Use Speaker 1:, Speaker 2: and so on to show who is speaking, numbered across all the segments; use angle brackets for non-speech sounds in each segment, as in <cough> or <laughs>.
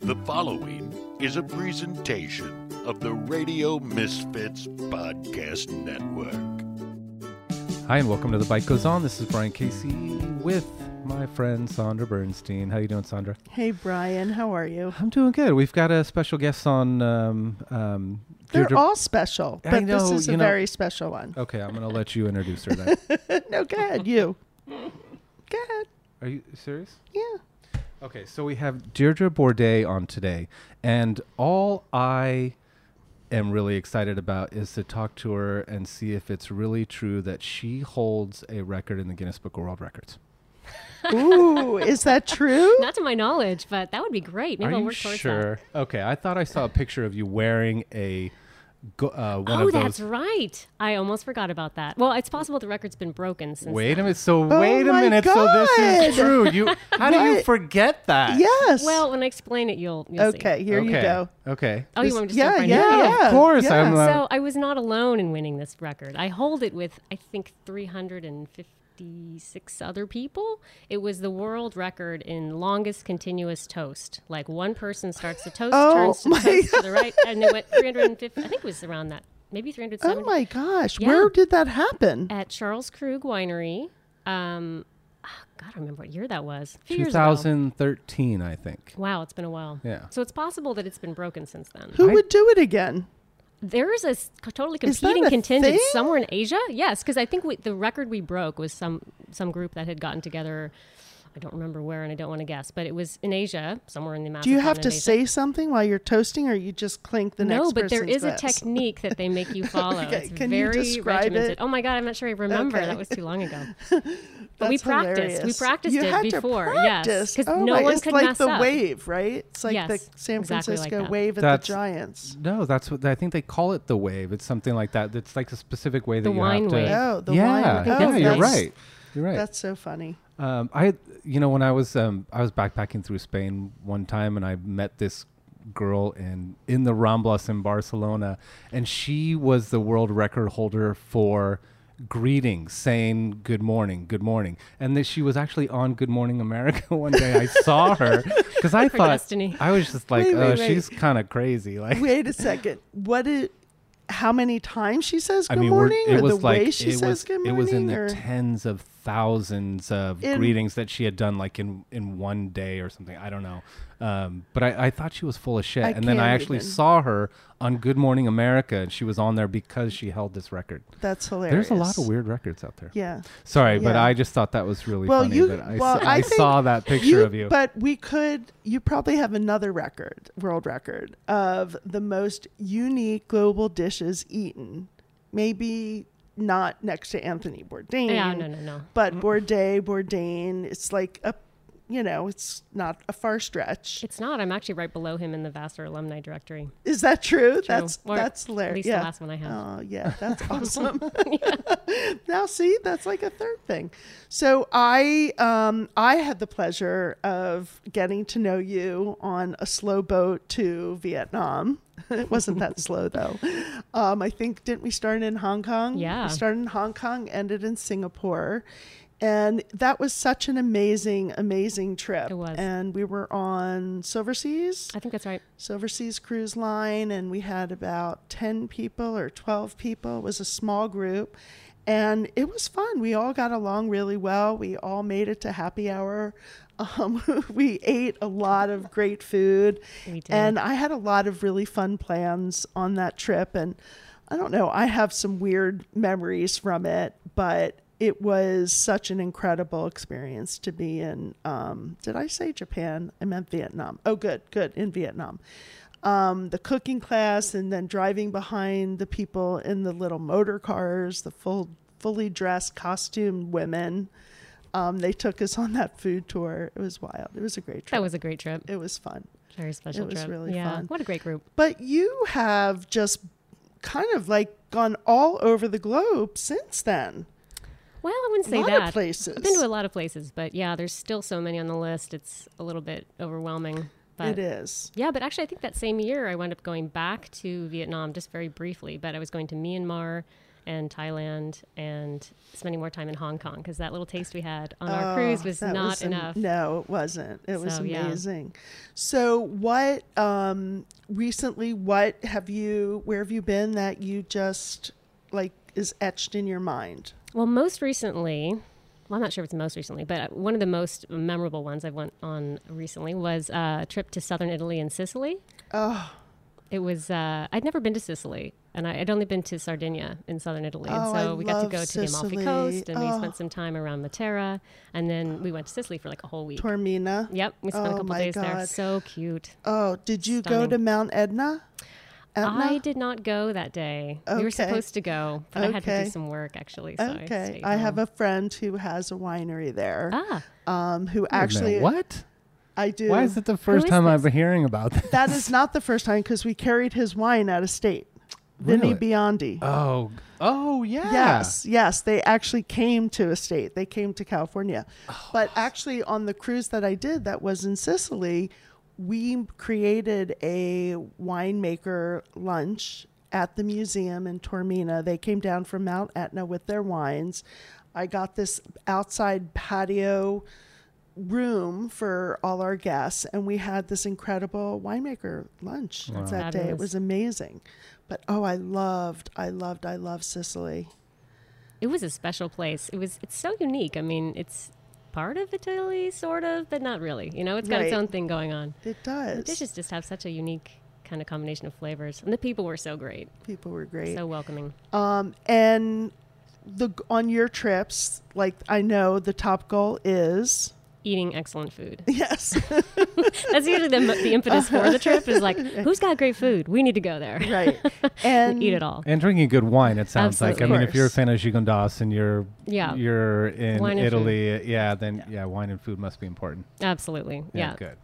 Speaker 1: The following is a presentation of the Radio Misfits Podcast Network.
Speaker 2: Hi and welcome to the Bike Goes On. This is Brian Casey with my friend Sandra Bernstein. How you doing, Sandra?
Speaker 3: Hey Brian, how are you?
Speaker 2: I'm doing good. We've got a special guest on. Um, um,
Speaker 3: They're
Speaker 2: Deirdre-
Speaker 3: all special,
Speaker 2: I
Speaker 3: but
Speaker 2: know,
Speaker 3: this is
Speaker 2: you
Speaker 3: a
Speaker 2: know-
Speaker 3: very special one.
Speaker 2: okay, I'm gonna let you introduce her. <laughs> Then.
Speaker 3: no, go ahead, you. go ahead.
Speaker 2: Are you serious?
Speaker 3: Yeah.
Speaker 2: Okay, so we have Deirdre Bourdais on today, and all I am really excited about is to talk to her and see if it's really true that she holds a record in the Guinness Book of World Records.
Speaker 3: Ooh, is that true?
Speaker 4: Not to my knowledge, but that would be great. Maybe
Speaker 2: Are
Speaker 4: I'll
Speaker 2: you
Speaker 4: work towards that.
Speaker 2: sure? Okay, I thought I saw a picture of you wearing a go- uh, one
Speaker 4: oh,
Speaker 2: of
Speaker 4: that's
Speaker 2: those.
Speaker 4: right. I almost forgot about that. Well, it's possible the record's been broken since.
Speaker 2: Wait a
Speaker 4: then.
Speaker 2: minute. So wait a
Speaker 3: Oh my
Speaker 2: minute. So this is
Speaker 3: God.
Speaker 2: true.
Speaker 3: <laughs>
Speaker 2: You how do you
Speaker 3: What?
Speaker 2: forget that?
Speaker 3: Yes.
Speaker 4: Well, when I explain it, you'll, you'll see.
Speaker 3: okay, here
Speaker 2: okay.
Speaker 3: you go.
Speaker 2: Okay.
Speaker 4: Oh, you want me to
Speaker 3: yeah,
Speaker 4: jump
Speaker 3: yeah,
Speaker 4: right in?
Speaker 3: yeah,
Speaker 2: Of course,
Speaker 3: yeah.
Speaker 2: I'm, uh,
Speaker 4: So I was not alone in winning this record. I hold it with I think 356 other people. It was the world record in longest continuous toast. Like one person starts to toast,
Speaker 3: Oh,
Speaker 4: turns to
Speaker 3: my
Speaker 4: toast to the
Speaker 3: <laughs>
Speaker 4: right, and it went 350. I think it was around that, maybe 370.
Speaker 3: oh my gosh,
Speaker 4: Yeah.
Speaker 3: where did that happen?
Speaker 4: at Charles Krug Winery. Um, ah, God, I remember what year that was. A few years ago.
Speaker 2: 2013, I think.
Speaker 4: Wow, it's been a while.
Speaker 2: Yeah.
Speaker 4: So it's possible that it's been broken since then.
Speaker 3: Who
Speaker 2: I-
Speaker 3: would do it again?
Speaker 4: There is a s- co- totally
Speaker 3: Is that
Speaker 4: competing
Speaker 3: a
Speaker 4: contingent
Speaker 3: thing?
Speaker 4: somewhere in Asia. Yes, because I think we, the record we broke was some some group that had gotten together. I don't remember where, and I don't want to guess, but it was in Asia, somewhere in the.
Speaker 3: Do you
Speaker 4: Amazon
Speaker 3: have
Speaker 4: in
Speaker 3: to
Speaker 4: Asia.
Speaker 3: say something while you're toasting, or you just clink the
Speaker 4: no,
Speaker 3: next
Speaker 4: but there
Speaker 3: person's
Speaker 4: is a
Speaker 3: vest?
Speaker 4: technique that
Speaker 3: <laughs>
Speaker 4: they make you follow.
Speaker 3: Okay,
Speaker 4: It's
Speaker 3: can you
Speaker 4: very
Speaker 3: describe
Speaker 4: regimented.
Speaker 3: it?
Speaker 4: Oh my god, I'm not sure I remember.
Speaker 3: Okay.
Speaker 4: That was too
Speaker 3: <laughs>
Speaker 4: long ago. But we
Speaker 3: That's
Speaker 4: practiced. We
Speaker 3: hilarious.
Speaker 4: practiced
Speaker 3: You
Speaker 4: it
Speaker 3: had
Speaker 4: before.
Speaker 3: To
Speaker 4: Yes,
Speaker 3: practice.
Speaker 4: because
Speaker 3: oh
Speaker 4: no
Speaker 3: my,
Speaker 4: one
Speaker 3: it's
Speaker 4: could
Speaker 3: like
Speaker 4: mess
Speaker 3: the
Speaker 4: up.
Speaker 3: wave, right? It's like
Speaker 4: Yes,
Speaker 3: the San
Speaker 4: exactly like
Speaker 3: Francisco
Speaker 4: that.
Speaker 3: wave at
Speaker 2: That's-
Speaker 3: the Giants.
Speaker 2: No, that's what I think they call it the wave. It's something like that. It's like a specific way that
Speaker 4: The
Speaker 2: you
Speaker 4: wine
Speaker 2: have to.
Speaker 4: wave.
Speaker 3: Oh, the
Speaker 2: yeah,
Speaker 3: wine wave.
Speaker 2: yeah,
Speaker 4: Oh,
Speaker 2: you're
Speaker 4: that's-
Speaker 2: right. You're right.
Speaker 3: That's so funny.
Speaker 2: Um, I, you know, when I was um, I was backpacking through Spain one time, and I met this girl in in the Ramblas in Barcelona, and she was the world record holder for greetings, saying "Good morning, good morning," and that she was actually on Good Morning America <laughs> one day. I saw
Speaker 3: <laughs>
Speaker 2: her because I
Speaker 4: Her
Speaker 2: thought
Speaker 4: destiny.
Speaker 2: I was just like,
Speaker 3: Wait,
Speaker 2: oh,
Speaker 3: wait, wait.
Speaker 2: she's kind of crazy. Like,
Speaker 3: Wait a second. What is? How many times she says
Speaker 2: I
Speaker 3: good
Speaker 2: mean, we're,
Speaker 3: morning,
Speaker 2: it
Speaker 3: or
Speaker 2: was
Speaker 3: the
Speaker 2: like
Speaker 3: way she
Speaker 2: it
Speaker 3: says
Speaker 2: was
Speaker 3: good
Speaker 2: it
Speaker 3: morning?
Speaker 2: was in the
Speaker 3: or-
Speaker 2: tens of thousands of
Speaker 3: In-
Speaker 2: greetings that she had done like in in one day or something. I don't know, um, but I, I thought she was full of shit.
Speaker 3: I
Speaker 2: and then I
Speaker 3: can't
Speaker 2: actually
Speaker 3: even.
Speaker 2: saw her on Good Morning America, and she was on there because she held this record.
Speaker 3: That's hilarious.
Speaker 2: There's a lot of weird records out there.
Speaker 3: Yeah.
Speaker 2: Sorry, but
Speaker 3: Yeah.
Speaker 2: I just thought that was really
Speaker 3: Well,
Speaker 2: funny.
Speaker 3: you.
Speaker 2: that I,
Speaker 3: well,
Speaker 2: s-
Speaker 3: I,
Speaker 2: I
Speaker 3: think
Speaker 2: saw that picture of you.
Speaker 3: But we could. You probably have another record, world record of the most unique global dishes eaten. Maybe not next to Anthony Bourdain.
Speaker 4: Yeah, no, no, no.
Speaker 3: But Bourdain, Bourdain. It's like a, you know, it's not a far stretch.
Speaker 4: It's not. I'm actually right below him in the Vassar alumni directory.
Speaker 3: Is that true? That's
Speaker 4: Or
Speaker 3: that's
Speaker 4: At
Speaker 3: hilarious.
Speaker 4: least
Speaker 3: Yeah.
Speaker 4: the last one I have.
Speaker 3: Oh yeah,
Speaker 4: <laughs>
Speaker 3: that's awesome. <laughs> now see, that's like a third thing. So I um I had the pleasure of getting to know you on a slow boat to Vietnam. <laughs> it wasn't that slow
Speaker 4: <laughs>
Speaker 3: though. Um, I think didn't we start in Hong Kong?
Speaker 4: Yeah.
Speaker 3: We started in Hong Kong, ended in Singapore. And that was such an amazing, amazing trip.
Speaker 4: It was.
Speaker 3: And we were on Silver Seas.
Speaker 4: I think that's right.
Speaker 3: Silver Seas Cruise Line, and we had about 10 people or 12 people. It was a small group, and it was fun. We all got along really well. We all made it to happy hour. <laughs> Um, we ate a lot of great food,
Speaker 4: We did.
Speaker 3: and I had a lot of really fun plans on that trip. And I don't know, I have some weird memories from it, but it was such an incredible experience to be in. Um, did I say Japan? I meant Vietnam. Oh, good, good, in Vietnam. Um, the cooking class, and then driving behind the people in the little motor cars, the full, fully dressed, costumed women. Um, they took us on that food tour. It was wild. It was a great trip.
Speaker 4: That was a great trip.
Speaker 3: it was fun.
Speaker 4: Very special
Speaker 3: was
Speaker 4: trip.
Speaker 3: really
Speaker 4: yeah.
Speaker 3: fun.
Speaker 4: What a great group.
Speaker 3: But you have just kind of like gone all over the globe since then.
Speaker 4: Well, I wouldn't
Speaker 3: A
Speaker 4: say
Speaker 3: lot of
Speaker 4: that.
Speaker 3: places.
Speaker 4: I've been to a lot of places, but yeah, there's still so many on the list. It's a little bit overwhelming. But
Speaker 3: it is.
Speaker 4: Yeah, but actually, I think that same year I wound up going back to Vietnam just very briefly. But I was going to Myanmar and Thailand and spending more time in Hong Kong because that little taste we had on our cruise Oh, was
Speaker 3: That
Speaker 4: not
Speaker 3: was an-
Speaker 4: enough.
Speaker 3: no, it wasn't. It was
Speaker 4: So, yeah.
Speaker 3: amazing. So, what um, recently? What have you? Where have you been that you just like is etched in your mind?
Speaker 4: Well, most recently, well, I'm not sure if it's most recently, but one of the most memorable ones I went on recently was uh, a trip to southern Italy and Sicily.
Speaker 3: Oh,
Speaker 4: It was uh, I'd never been to Sicily, and I, I'd only been to Sardinia in southern Italy, and
Speaker 3: Oh, I
Speaker 4: so we got to
Speaker 3: love
Speaker 4: go to the Amalfi
Speaker 3: Sicily.
Speaker 4: Coast, and we
Speaker 3: Oh.
Speaker 4: spent some time around Matera, and then we went to Sicily for like a whole week.
Speaker 3: Tormina.
Speaker 4: Yep, we spent
Speaker 3: Oh,
Speaker 4: a couple
Speaker 3: my
Speaker 4: days there.
Speaker 3: God.
Speaker 4: So cute.
Speaker 3: Oh, did you go
Speaker 4: Stunning.
Speaker 3: to Mount Etna? Etna?
Speaker 4: I did not go that day. We
Speaker 3: Okay.
Speaker 4: were supposed to go, but I had to
Speaker 3: Okay.
Speaker 4: do some work actually. So I,
Speaker 3: Okay,
Speaker 4: stayed
Speaker 3: I have
Speaker 4: home.
Speaker 3: a friend who has a winery there.
Speaker 4: ah.
Speaker 3: Um, who
Speaker 2: Wait a minute,
Speaker 3: actually
Speaker 2: what?
Speaker 3: I do.
Speaker 2: Why is it the first
Speaker 4: is
Speaker 2: time
Speaker 4: this?
Speaker 2: I've been hearing about this?
Speaker 3: That is not the first time because we carried his wine out of state. Vinny
Speaker 2: Really?
Speaker 3: Biondi.
Speaker 2: Oh, oh yeah.
Speaker 3: Yes, yes, they actually came to a state. They came to California.
Speaker 2: Oh.
Speaker 3: But actually, on the cruise that I did that was in Sicily, we created a winemaker lunch at the museum in Tormina. They came down from Mount Etna with their wines. I got this outside patio room for all our guests, and we had this incredible winemaker lunch
Speaker 2: Wow.
Speaker 3: that day. It
Speaker 4: Fabulous.
Speaker 3: was amazing. But oh, I loved, I loved, I loved Sicily.
Speaker 4: It was a special place. It was it's so unique. I mean, it's part of Italy, sort of, but not really. You know, it's got its
Speaker 3: Right.
Speaker 4: own thing going on.
Speaker 3: It
Speaker 4: The
Speaker 3: does.
Speaker 4: dishes just have such a unique kind of combination of flavors, and the people were so great,
Speaker 3: People were great.
Speaker 4: so welcoming.
Speaker 3: um, and the on your trips, like I know the top goal is <laughs>
Speaker 4: Eating excellent food.
Speaker 3: yes,
Speaker 4: That's usually the, the impetus for the trip is like,
Speaker 3: <laughs>
Speaker 4: who's got great food? We need to go there.
Speaker 3: right, and
Speaker 4: Eat it all.
Speaker 2: And drinking good wine, it sounds like. I
Speaker 4: Absolutely.
Speaker 2: mean, if you're a
Speaker 3: Of
Speaker 2: fan of Gigondas and you're
Speaker 4: Yeah.
Speaker 2: you're in
Speaker 4: Wine and
Speaker 2: Italy, uh, yeah, then yeah, wine and food must be important.
Speaker 4: Absolutely. Yeah.
Speaker 2: good.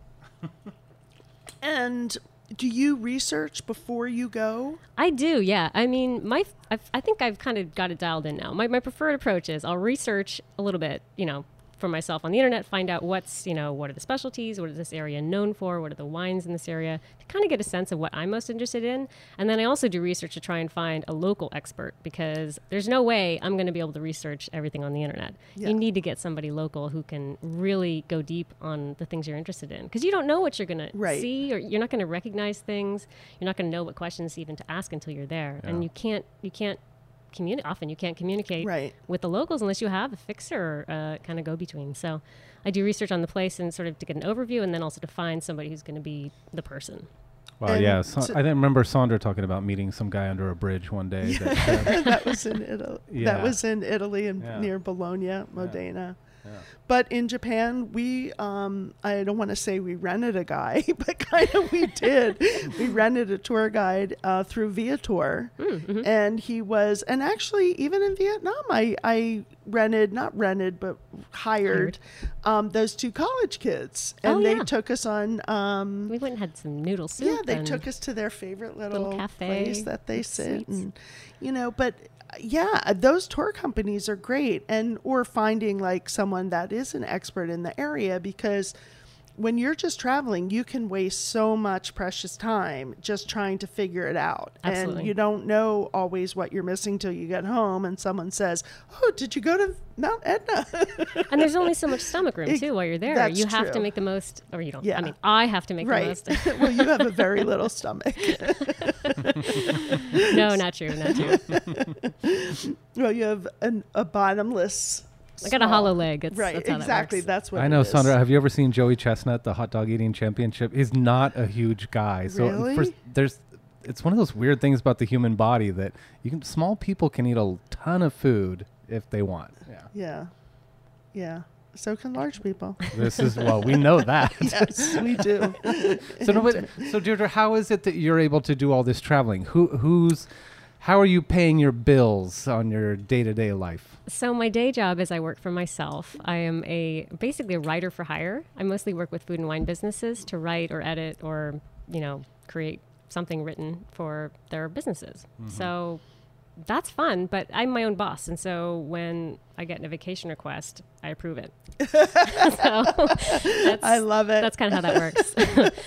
Speaker 3: And do you research before you go?
Speaker 4: I do, yeah. I mean, my I've, I think I've kind of got it dialed in now. My, my preferred approach is I'll research a little bit, you know, for myself on the internet, find out what's, you know, what are the specialties, what is this area known for, what are the wines in this area, to kind of get a sense of what I'm most interested in. And then I also do research to try and find a local expert because there's no way I'm going to be able to research everything on the internet.
Speaker 3: Yeah.
Speaker 4: You need to get somebody local who can really go deep on the things you're interested in because you don't know what you're going to
Speaker 3: Right.
Speaker 4: see or you're not going to recognize things you're not going to know what questions even to ask until you're there
Speaker 2: Yeah.
Speaker 4: and you can't you can't communicate often you can't communicate
Speaker 3: Right.
Speaker 4: with the locals unless you have a fixer or uh, kind of go between so i do research on the place and sort of to get an overview and then also to find somebody who's going to be the person
Speaker 2: Well,
Speaker 3: And
Speaker 2: yeah, Sa-
Speaker 3: so-
Speaker 2: I didn't remember Sandra talking about meeting some guy under a bridge one day. that-
Speaker 3: <laughs> that was in Italy.
Speaker 2: Yeah.
Speaker 3: That was in Italy and
Speaker 2: Yeah.
Speaker 3: near Bologna, Modena.
Speaker 2: Yeah.
Speaker 3: But in Japan, we, um, I don't want to say we rented a guy, <laughs> but kind of
Speaker 2: <laughs>
Speaker 3: we did. we rented a tour guide uh, through Viator.
Speaker 4: Hmm, mm-hmm.
Speaker 3: And he was, and actually, even in Vietnam, I, I rented, not rented, but hired um, those two college kids. And
Speaker 4: Oh,
Speaker 3: they
Speaker 4: yeah.
Speaker 3: took us on. Um,
Speaker 4: we went and had some noodle soup
Speaker 3: yeah, they
Speaker 4: and
Speaker 3: took us to their favorite little,
Speaker 4: cafe
Speaker 3: place that they
Speaker 4: with
Speaker 3: sit
Speaker 4: sweets.
Speaker 3: and you know, but uh, yeah, those tour companies are great and or finding like someone that is an expert in the area because when you're just traveling, you can waste so much precious time just trying to figure it out. And
Speaker 4: Absolutely.
Speaker 3: you don't know always what you're missing till you get home and someone says, "Oh, did you go to Mount Etna?" <laughs>
Speaker 4: and there's only so much stomach room
Speaker 3: Ex-
Speaker 4: too while you're there
Speaker 3: that's
Speaker 4: you have to
Speaker 3: true.
Speaker 4: make the most or you don't
Speaker 3: Yeah.
Speaker 4: i mean i have to make the
Speaker 3: right.
Speaker 4: most
Speaker 3: <laughs>
Speaker 4: <laughs>
Speaker 3: well, you have a very little stomach.
Speaker 4: no not true
Speaker 3: <laughs>
Speaker 4: not true
Speaker 3: Well, you have an, a bottomless.
Speaker 4: i got a
Speaker 3: small-
Speaker 4: hollow leg that's,
Speaker 3: Right,
Speaker 4: that's how
Speaker 3: exactly.
Speaker 4: that works.
Speaker 3: That's what
Speaker 2: I
Speaker 3: it
Speaker 2: know,
Speaker 3: is.
Speaker 2: Sandra. Have you ever seen Joey Chestnut, the hot dog eating championship? He's not a huge guy, so
Speaker 3: Really?
Speaker 2: first, there's it's one of those weird things about the human body that you can small people can eat a ton of food if they want. Yeah.
Speaker 3: Yeah, yeah. So can large
Speaker 4: <laughs>
Speaker 3: people.
Speaker 2: This is well, we know that.
Speaker 3: yes, we do.
Speaker 2: so, no, but, so Deirdre, how is it that you're able to do all this traveling? Who, who's, how are you paying your bills on your day to day life?
Speaker 4: So my day job is I work for myself. I am a basically a writer for hire. I mostly work with food and wine businesses to write or edit or you know create something written for their businesses. So that's fun, but I'm my own boss, and so when I get a vacation request, I approve it. <laughs> so that's,
Speaker 3: I love it. <laughs>
Speaker 4: that's kind of how that works.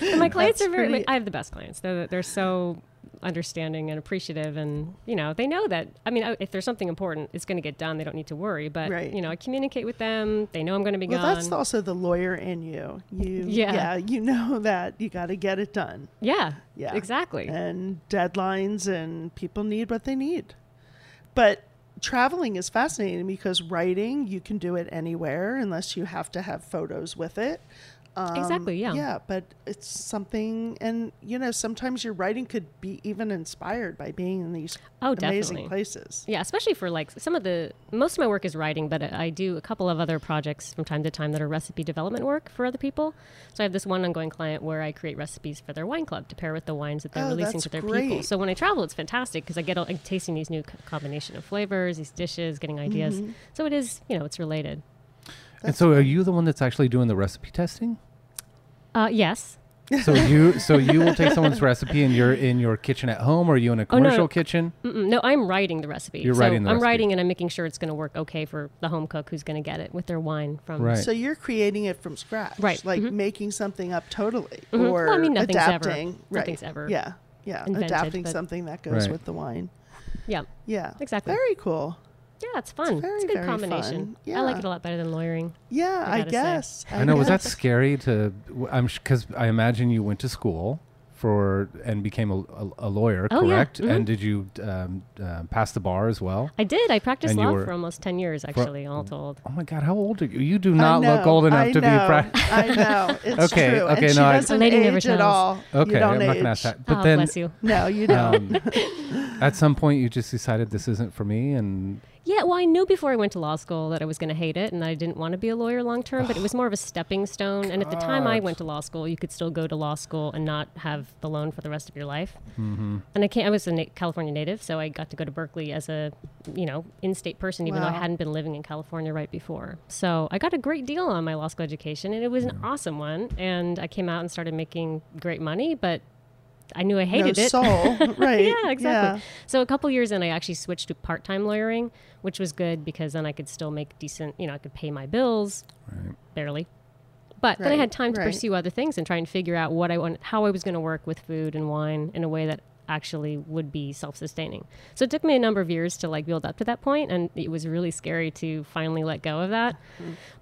Speaker 4: <laughs> And my clients
Speaker 3: That's
Speaker 4: are very.
Speaker 3: pretty-
Speaker 4: Like, I have the best clients. They're, they're so understanding and appreciative and you know they know that i mean I- if there's something important it's going to get done they don't need to worry but
Speaker 3: Right.
Speaker 4: you know i communicate with them they know i'm going to be
Speaker 3: Well,
Speaker 4: gone
Speaker 3: that's also the lawyer in you. You,
Speaker 4: Yeah.
Speaker 3: you know that you got to get it done,
Speaker 4: yeah
Speaker 3: Yeah.
Speaker 4: exactly
Speaker 3: and deadlines, and people need what they need. But traveling is fascinating because writing you can do it anywhere unless you have to have photos with it. Um,
Speaker 4: Exactly, yeah.
Speaker 3: Yeah, but it's something, and you know, sometimes your writing could be even inspired by being in these
Speaker 4: Oh,
Speaker 3: amazing
Speaker 4: definitely.
Speaker 3: places.
Speaker 4: Yeah, especially for like some of the most of my work is writing, but I do a couple of other projects from time to time that are recipe development work for other people. So I have this one ongoing client where I create recipes for their wine club to pair with the wines that they're
Speaker 3: Oh,
Speaker 4: releasing
Speaker 3: that's
Speaker 4: to their people.
Speaker 3: great.
Speaker 4: So when I travel, it's fantastic because I get all, I'm tasting these new c- combination of flavors, these dishes, getting ideas.
Speaker 3: Mm-hmm.
Speaker 4: So it is, you know, it's related.
Speaker 2: and so, are you the one that's actually doing the recipe
Speaker 3: <laughs>
Speaker 2: testing?
Speaker 4: Uh, yes.
Speaker 2: So you, so you will take someone's recipe, and you're in your kitchen at home, or are you in a
Speaker 4: Oh, no, no.
Speaker 2: commercial kitchen?
Speaker 4: Mm-mm. No, I'm writing the recipe.
Speaker 2: You're
Speaker 4: so
Speaker 2: writing the
Speaker 4: I'm
Speaker 2: recipe.
Speaker 4: writing and I'm making sure it's going to work okay for the home cook who's going to get it with their wine from
Speaker 2: Right.
Speaker 3: So you're creating it from scratch,
Speaker 4: Right,
Speaker 3: Like making something up totally,
Speaker 4: Mhm.
Speaker 3: or
Speaker 4: Well, I mean, nothing's ever-
Speaker 3: adapting. right.
Speaker 4: nothing's ever
Speaker 3: Yeah, yeah,
Speaker 4: invented,
Speaker 3: adapting
Speaker 4: but-
Speaker 3: something that goes
Speaker 2: Right.
Speaker 3: with the wine.
Speaker 4: Yeah.
Speaker 3: Yeah,
Speaker 4: Exactly.
Speaker 3: Very cool.
Speaker 4: Yeah, it's fun. It's,
Speaker 3: very,
Speaker 4: a good
Speaker 3: very
Speaker 4: combination.
Speaker 3: fun.
Speaker 4: I like
Speaker 3: Yeah.
Speaker 4: it a lot better than lawyering.
Speaker 3: Yeah, I,
Speaker 4: I gotta say.
Speaker 3: guess.
Speaker 2: I know. Was that
Speaker 3: guess.
Speaker 2: scary to? w- I'm because I imagine you went to school for and became a, a, a lawyer,
Speaker 4: Oh, yeah.
Speaker 2: correct?
Speaker 4: Mhm.
Speaker 2: And did you um, uh, pass the bar as well?
Speaker 4: I did. I practiced
Speaker 2: And you
Speaker 4: law
Speaker 2: were-
Speaker 4: for almost 10 years, actually, all told.
Speaker 2: Oh my God, how old are you? You do
Speaker 3: I
Speaker 2: not look
Speaker 3: know,
Speaker 2: old enough
Speaker 3: I
Speaker 2: to
Speaker 3: know,
Speaker 2: be. Pra-
Speaker 3: I
Speaker 2: <laughs>
Speaker 3: know. It's
Speaker 2: Okay,
Speaker 3: true.
Speaker 2: okay,
Speaker 3: and she
Speaker 2: no, I-
Speaker 3: doesn't
Speaker 4: A lady never
Speaker 3: age
Speaker 4: tells.
Speaker 3: at all.
Speaker 2: okay,
Speaker 3: you don't
Speaker 2: I'm
Speaker 3: age.
Speaker 2: not gonna ask that. But
Speaker 4: Ah,
Speaker 2: then,
Speaker 4: bless you.
Speaker 3: No, you don't.
Speaker 2: um, at some point, you just decided this isn't for me, and
Speaker 4: Yeah, well, I knew before I went to law school that I was going to hate it and that I didn't want to be a lawyer long term, but it was more of a stepping stone. And at the time I went to law school, you could still go to law school and not have the loan for the rest of your life.
Speaker 2: Mm-hmm.
Speaker 4: And I can't, I was a na- California native, so I got to go to Berkeley as a, you know, in state person, even though I
Speaker 3: Wow.
Speaker 4: hadn't been living in California right before. So I got a great deal on my law school education, and it was an awesome one. And I came out and started making great money, but I knew I <laughs> hated
Speaker 3: no
Speaker 4: it.
Speaker 3: soul,
Speaker 4: <laughs>
Speaker 3: right?
Speaker 4: yeah, exactly. So a couple years in, I actually switched to part-time lawyering, which was good because then I could still make decent. You know, I could pay my bills, barely. But then I
Speaker 3: Right,
Speaker 4: had time to
Speaker 3: right.
Speaker 4: pursue other things and try and figure out what I want, how I was going to work with food and wine in a way that actually would be self-sustaining. So it took me a number of years to like build up to that point, and it was really scary to finally let go of that.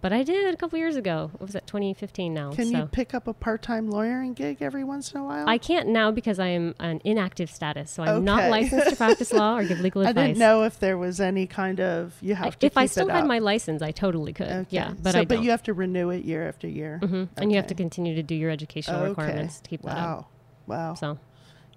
Speaker 4: But I did a couple years ago. What was that? 2015 now.
Speaker 3: Mm-hmm. Can
Speaker 4: so.
Speaker 3: you pick up a part-time lawyering gig every once in a while?
Speaker 4: I can't now because I am an inactive status, so I'm not
Speaker 3: Okay.
Speaker 4: licensed to practice law
Speaker 3: <laughs>
Speaker 4: or give legal
Speaker 3: I
Speaker 4: advice.
Speaker 3: didn't know if there was any kind of you have
Speaker 4: I-
Speaker 3: to.
Speaker 4: if I
Speaker 3: keep it
Speaker 4: still had
Speaker 3: up.
Speaker 4: my license, I totally could.
Speaker 3: Okay.
Speaker 4: Yeah, but
Speaker 3: so,
Speaker 4: I don't.
Speaker 3: but you have to renew it year after year,
Speaker 4: Mhm. And you have to
Speaker 3: Okay.
Speaker 4: continue to do your educational
Speaker 3: Okay.
Speaker 4: requirements to keep that up.
Speaker 3: Wow, wow.
Speaker 4: So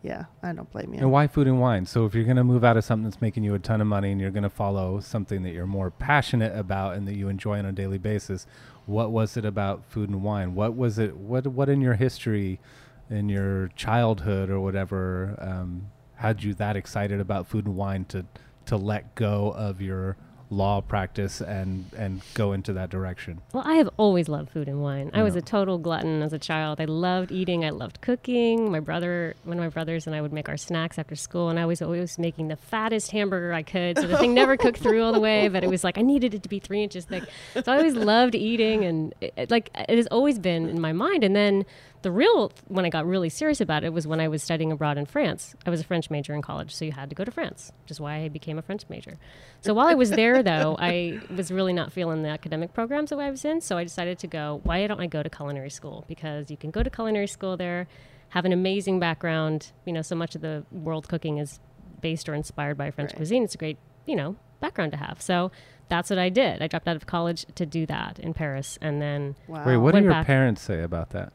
Speaker 3: Yeah, I don't blame you.
Speaker 2: and why food and wine? So if you're going to move out of something that's making you a ton of money, and you're going to follow something that you're more passionate about and that you enjoy on a daily basis, what was it about food and wine? What was it? What what in your history, in your childhood or whatever, um, had you that excited about food and wine to to let go of your law practice and and go into that direction?
Speaker 4: Well, I have always loved food and wine. I was a total glutton as a child. I loved eating. I loved cooking. My brother, one of my brothers, and I would make our snacks after school, and I was always making the fattest hamburger I could. So the thing never cooked through all the way, but it was like I needed it to be three inches thick. So I always loved eating, and it, it- like it has always been in my mind. And then the real when I got really serious about it was when I was studying abroad in France. I was a French major in college, so you had to go to France, which is why I became a French major. So while I was there, though, I was really not feeling the academic programs that I was in. So I decided to go. Why don't I go to culinary school? Because you can go to culinary school there, have an amazing background. You know, so much of the world cooking is based or inspired by French
Speaker 3: Right.
Speaker 4: cuisine. It's a great, you know, background to have. So that's what I did. I dropped out of college to do that in Paris, and then
Speaker 3: Wow.
Speaker 2: Wait, what do
Speaker 4: Um, Went
Speaker 2: your
Speaker 4: back.
Speaker 2: parents say about that?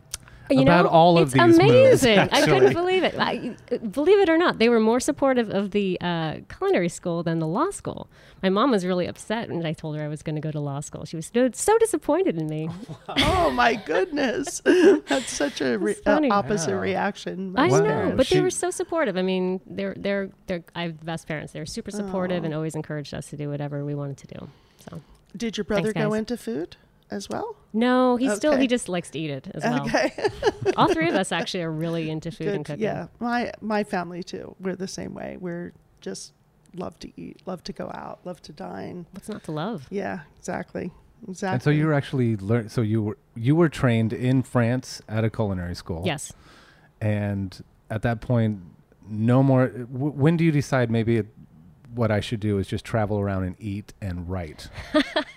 Speaker 4: you
Speaker 2: about
Speaker 4: know,
Speaker 2: all of
Speaker 4: it's
Speaker 2: these moves,
Speaker 4: amazing. I couldn't
Speaker 2: actually.
Speaker 4: believe it. I, believe it or not, they were more supportive of the uh, culinary school than the law school. My mom was really upset when I told her I was going to go to law school. She was so, so disappointed in me.
Speaker 3: oh my
Speaker 4: <laughs>
Speaker 3: goodness, that's such a re- uh,
Speaker 4: funny.
Speaker 3: opposite
Speaker 2: Wow.
Speaker 3: reaction.
Speaker 4: I
Speaker 2: Wow.
Speaker 4: know, but
Speaker 2: She-
Speaker 4: they were so supportive. I mean, they're they're they're I have the best parents. They were super supportive and always encouraged us to do whatever we wanted to do. So
Speaker 3: Did your brother
Speaker 4: Thanks,
Speaker 3: go
Speaker 4: guys.
Speaker 3: into food as well?
Speaker 4: no, he still
Speaker 3: Okay.
Speaker 4: he just likes to eat it as
Speaker 2: <laughs>
Speaker 4: well.
Speaker 3: Okay,
Speaker 4: All three of us actually are really into food and
Speaker 3: good.
Speaker 4: cooking.
Speaker 3: Yeah, my my family too. We're the same way. We're just love to eat, love to go out, love to dine.
Speaker 4: What's not to love?
Speaker 3: Yeah, exactly, exactly.
Speaker 2: And so you were actually learn. So you were you were trained in France at a culinary school.
Speaker 4: Yes.
Speaker 2: And at that point, no more. W- when do you decide maybe it, what I should do is just travel around and eat and
Speaker 4: <laughs>
Speaker 2: write?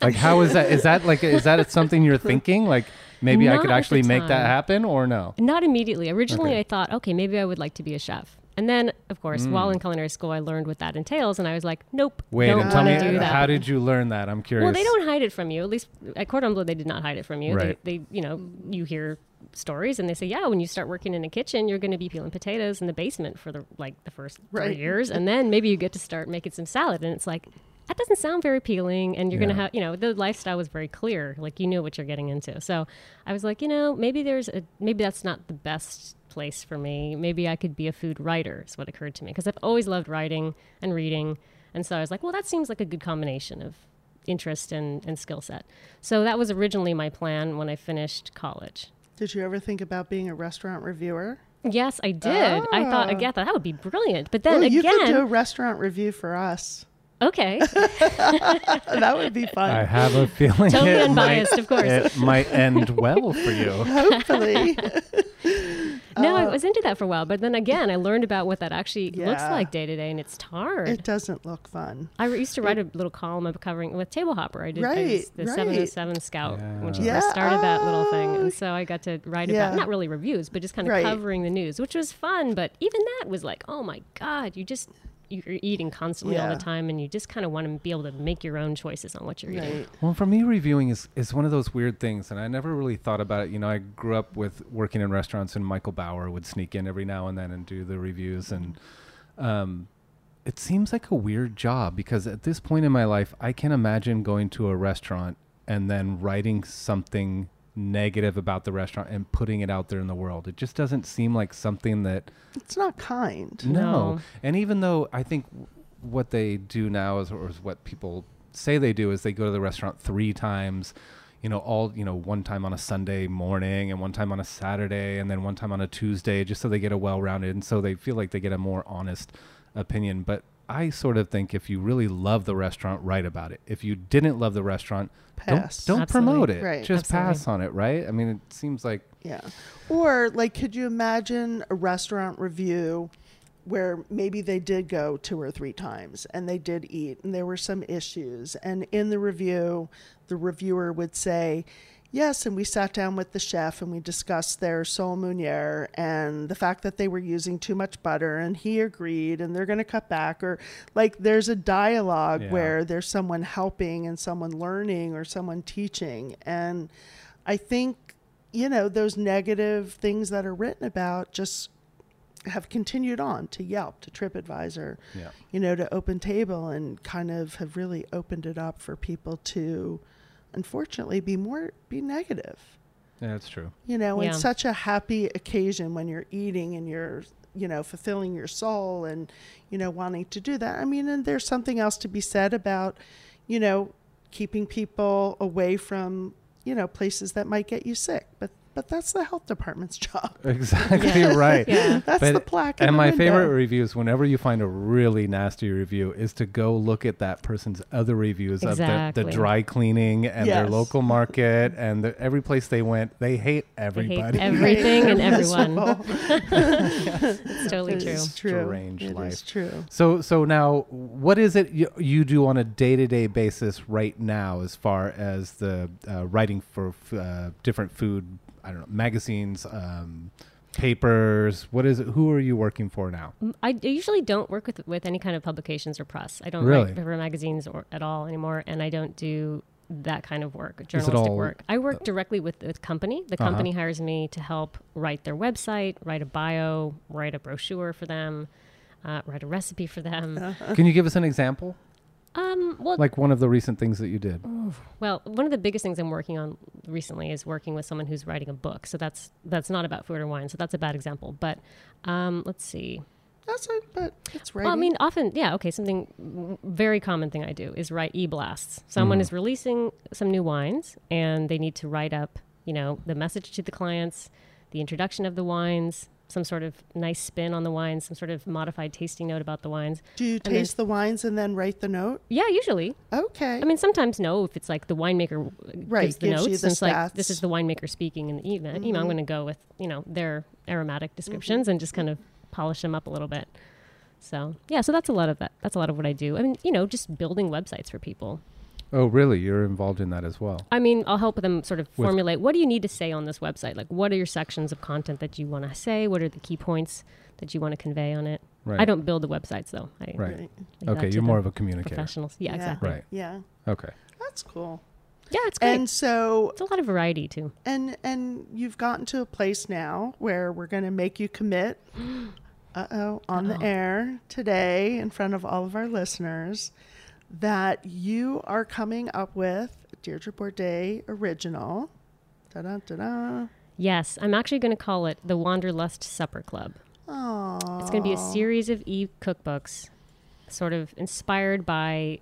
Speaker 2: like, how is that? Is that like is that something you're thinking? Like, maybe I
Speaker 4: Not at
Speaker 2: could
Speaker 4: the
Speaker 2: actually make that
Speaker 4: time.
Speaker 2: happen, or no?
Speaker 4: Not immediately. Originally,
Speaker 2: Okay. Mm.
Speaker 4: I thought, okay, maybe I would like to be a chef. And then, of course, while in culinary school, I learned what that entails, and I was like, nope,
Speaker 2: Wait,
Speaker 4: don't
Speaker 2: and tell
Speaker 4: wanna
Speaker 2: me uh,
Speaker 4: do that.
Speaker 2: how did you learn that? I'm curious.
Speaker 4: Well, they don't hide it from you. At least at Cordon Bleu, they did not hide it from you.
Speaker 2: Right.
Speaker 4: They, they, you know, you hear stories and they say, yeah, when you start working in a kitchen, you're going to be peeling potatoes in the basement for the like the first
Speaker 3: Right.
Speaker 4: three years, and then maybe you get to start making some salad, and it's like. That doesn't sound very appealing, and you're gonna
Speaker 2: Yeah.
Speaker 4: have, you know, the lifestyle was very clear. Like you knew what you're getting into. So I was like, you know, maybe there's a, maybe that's not the best place for me. Maybe I could be a food writer. Is what occurred to me because I've always loved writing and reading, and so I was like, well, that seems like a good combination of interest and, and skill set. So that was originally my plan when I finished college.
Speaker 3: Did you ever think about being a restaurant reviewer?
Speaker 4: Yes, I did. I thought, again, I thought that would be brilliant. But then
Speaker 3: Ooh, you could do a
Speaker 4: again,
Speaker 3: restaurant review for us. Uh,
Speaker 4: okay,
Speaker 3: That would be
Speaker 2: I <laughs>
Speaker 3: fun.
Speaker 2: have a feeling
Speaker 4: <laughs> Totally
Speaker 2: it
Speaker 4: unbiased,
Speaker 2: might-
Speaker 4: of course.
Speaker 2: It might
Speaker 4: <laughs>
Speaker 2: end well for you.
Speaker 3: Hopefully.
Speaker 4: no, I was into that for a while. But then again, I learned about what that actually looks
Speaker 3: Uh, Yeah.
Speaker 4: like day to day, and it's hard.
Speaker 3: it doesn't look fun.
Speaker 4: I used to write a little column of covering with Table Hopper. I did I
Speaker 3: Right,
Speaker 4: was the
Speaker 3: right.
Speaker 4: 707 Scout when she
Speaker 3: Yeah.
Speaker 4: first
Speaker 3: Yeah,
Speaker 4: started that little thing.
Speaker 3: oh,
Speaker 4: And so I got to write
Speaker 3: yeah.
Speaker 4: about, not really reviews, but just kind of
Speaker 3: Right.
Speaker 4: covering the news, which was fun. But even that was like, oh my God, you just, you're eating constantly all
Speaker 3: Yeah.
Speaker 4: the time and you just kind of want to be able to make your own choices on what you're eating.
Speaker 3: Right.
Speaker 2: Well, for me, reviewing is, is one of those weird things, and I never really thought about it. You know, I grew up with working in restaurants, and Michael Bauer would sneak in every now and then and do the reviews. And um, it seems like a weird job because at this point in my life, I can imagine going to a restaurant and then writing something negative about the restaurant and putting it out there in the world. It just doesn't seem like something that
Speaker 3: It's not kind.
Speaker 2: no.
Speaker 4: No.
Speaker 2: And even though I think w- what they do now is, or is what people say they do is they go to the restaurant three times, you know, all, you know, one time on a Sunday morning and one time on a Saturday and then one time on a Tuesday, just so they get a well rounded. And so they feel like they get a more honest opinion. But I sort of think if you really love the restaurant, write about it. If you didn't love the restaurant,
Speaker 3: Pass.
Speaker 2: don't, don't
Speaker 4: Absolutely.
Speaker 2: promote it.
Speaker 3: Right.
Speaker 2: Just
Speaker 4: Absolutely.
Speaker 2: pass on it, right? I mean, it seems like
Speaker 3: Yeah. Or like could you imagine a restaurant review where maybe they did go two or three times and they did eat and there were some issues and in the review the reviewer would say Yes, and we sat down with the chef and we discussed their sole meunier and the fact that they were using too much butter, and he agreed, and they're going to cut back. Or, like, there's a dialogue
Speaker 2: Yeah.
Speaker 3: where there's someone helping and someone learning or someone teaching. And I think, you know, those negative things that are written about just have continued on to Yelp, to TripAdvisor,
Speaker 2: Yeah.
Speaker 3: you know, to Open Table and kind of have really opened it up for people to unfortunately be more be negative.
Speaker 2: yeah, it's true.
Speaker 3: You know,
Speaker 4: Yeah.
Speaker 3: and such a happy occasion when you're eating and you're you know, fulfilling your soul and, you know, wanting to do that. I mean, and there's something else to be said about, you know, keeping people away from, you know, places that might get you sick. But but that's the health department's <laughs> job.
Speaker 2: Exactly right.
Speaker 4: <laughs> Yeah.
Speaker 3: That's
Speaker 2: But-
Speaker 3: the plaque. in
Speaker 2: and
Speaker 3: the
Speaker 2: my
Speaker 3: window.
Speaker 2: favorite review is whenever you find a really nasty review is to go look at that person's other reviews of the,
Speaker 4: Exactly.
Speaker 2: the dry cleaning and their
Speaker 3: Yes.
Speaker 2: local market and the, every place they went they hate
Speaker 4: I hate
Speaker 2: everybody
Speaker 4: everything
Speaker 3: <laughs>
Speaker 4: and
Speaker 3: They're
Speaker 4: everyone.
Speaker 3: miserable.
Speaker 4: It's totally true.
Speaker 3: It's true.
Speaker 2: Strange
Speaker 3: It
Speaker 2: life.
Speaker 3: is true.
Speaker 2: <laughs> so so now what is it you, you do on a day-to-day basis right now as far as the uh, writing for f- uh, different food i don't know magazines um, papers what is it who are you working for now
Speaker 4: I d- usually don't work with with any kind of publications or press. I don't
Speaker 2: Really?
Speaker 4: write paper magazines or, at all anymore, and I don't do that kind of work,
Speaker 2: it
Speaker 4: journalistic
Speaker 2: all- uh,
Speaker 4: work. I work directly with the company. The
Speaker 2: Uh-huh.
Speaker 4: company hires me to help write their website, write a bio, write a brochure for them, uh, write a recipe for them.
Speaker 2: can you give us an example
Speaker 4: Um, well,
Speaker 2: like one of the recent things that you did
Speaker 4: well, one of the biggest things I'm working on recently is working with someone who's writing a book. So that's that's not about food or wine. So that's a bad example. But um, let's see.
Speaker 3: That's it, but it's right.
Speaker 4: Well, I mean, often, yeah, okay. Something w- very common thing I do is write e blasts. Someone is releasing some new wines, and they need to write up, you know, the message to the clients, the introduction of the wines, some sort of nice spin on the wines, some sort of modified tasting note about the wines.
Speaker 3: do you
Speaker 4: and there's-
Speaker 3: taste the wines and then write the note?
Speaker 4: Yeah, usually.
Speaker 3: Okay.
Speaker 4: I mean, sometimes no, if it's like the winemaker uh,
Speaker 3: Right,
Speaker 4: gives the
Speaker 3: gives you
Speaker 4: notes,
Speaker 3: the
Speaker 4: and it's like this
Speaker 3: stats. Mm-hmm.
Speaker 4: is the winemaker speaking in the email. email I'm going to go with you know their aromatic descriptions and just kind of polish them up a little bit. So yeah, so that's a lot of that. That's a lot of what I do. I mean, you know, just building websites for people.
Speaker 2: Oh, really? You're involved in that as well.
Speaker 4: I mean, I'll help them sort of
Speaker 2: With-
Speaker 4: formulate what do you need to say on this website? Like, what are your sections of content that you want to say? What are the key points that you want to convey on it?
Speaker 2: Right.
Speaker 4: I don't build the websites though. I
Speaker 2: Right.
Speaker 3: Right.
Speaker 4: leave that
Speaker 2: Okay,
Speaker 4: to
Speaker 2: you're
Speaker 4: the
Speaker 2: more of a communicator.
Speaker 4: professionals. Yeah,
Speaker 3: Yeah.
Speaker 4: exactly.
Speaker 2: Right.
Speaker 3: Yeah.
Speaker 2: Okay.
Speaker 3: That's cool.
Speaker 4: Yeah, it's great.
Speaker 3: And so
Speaker 4: it's a lot of variety too.
Speaker 3: and and you've gotten to a place now where we're going to make you commit <gasps> uh-oh on the air today in front of all of our listeners that you are coming up with Deirdre Bourdet original da-da, da-da.
Speaker 4: Yes, I'm actually going to call it the Wanderlust Supper Club.
Speaker 3: Aww.
Speaker 4: It's going to be a series of e cookbooks, sort of inspired by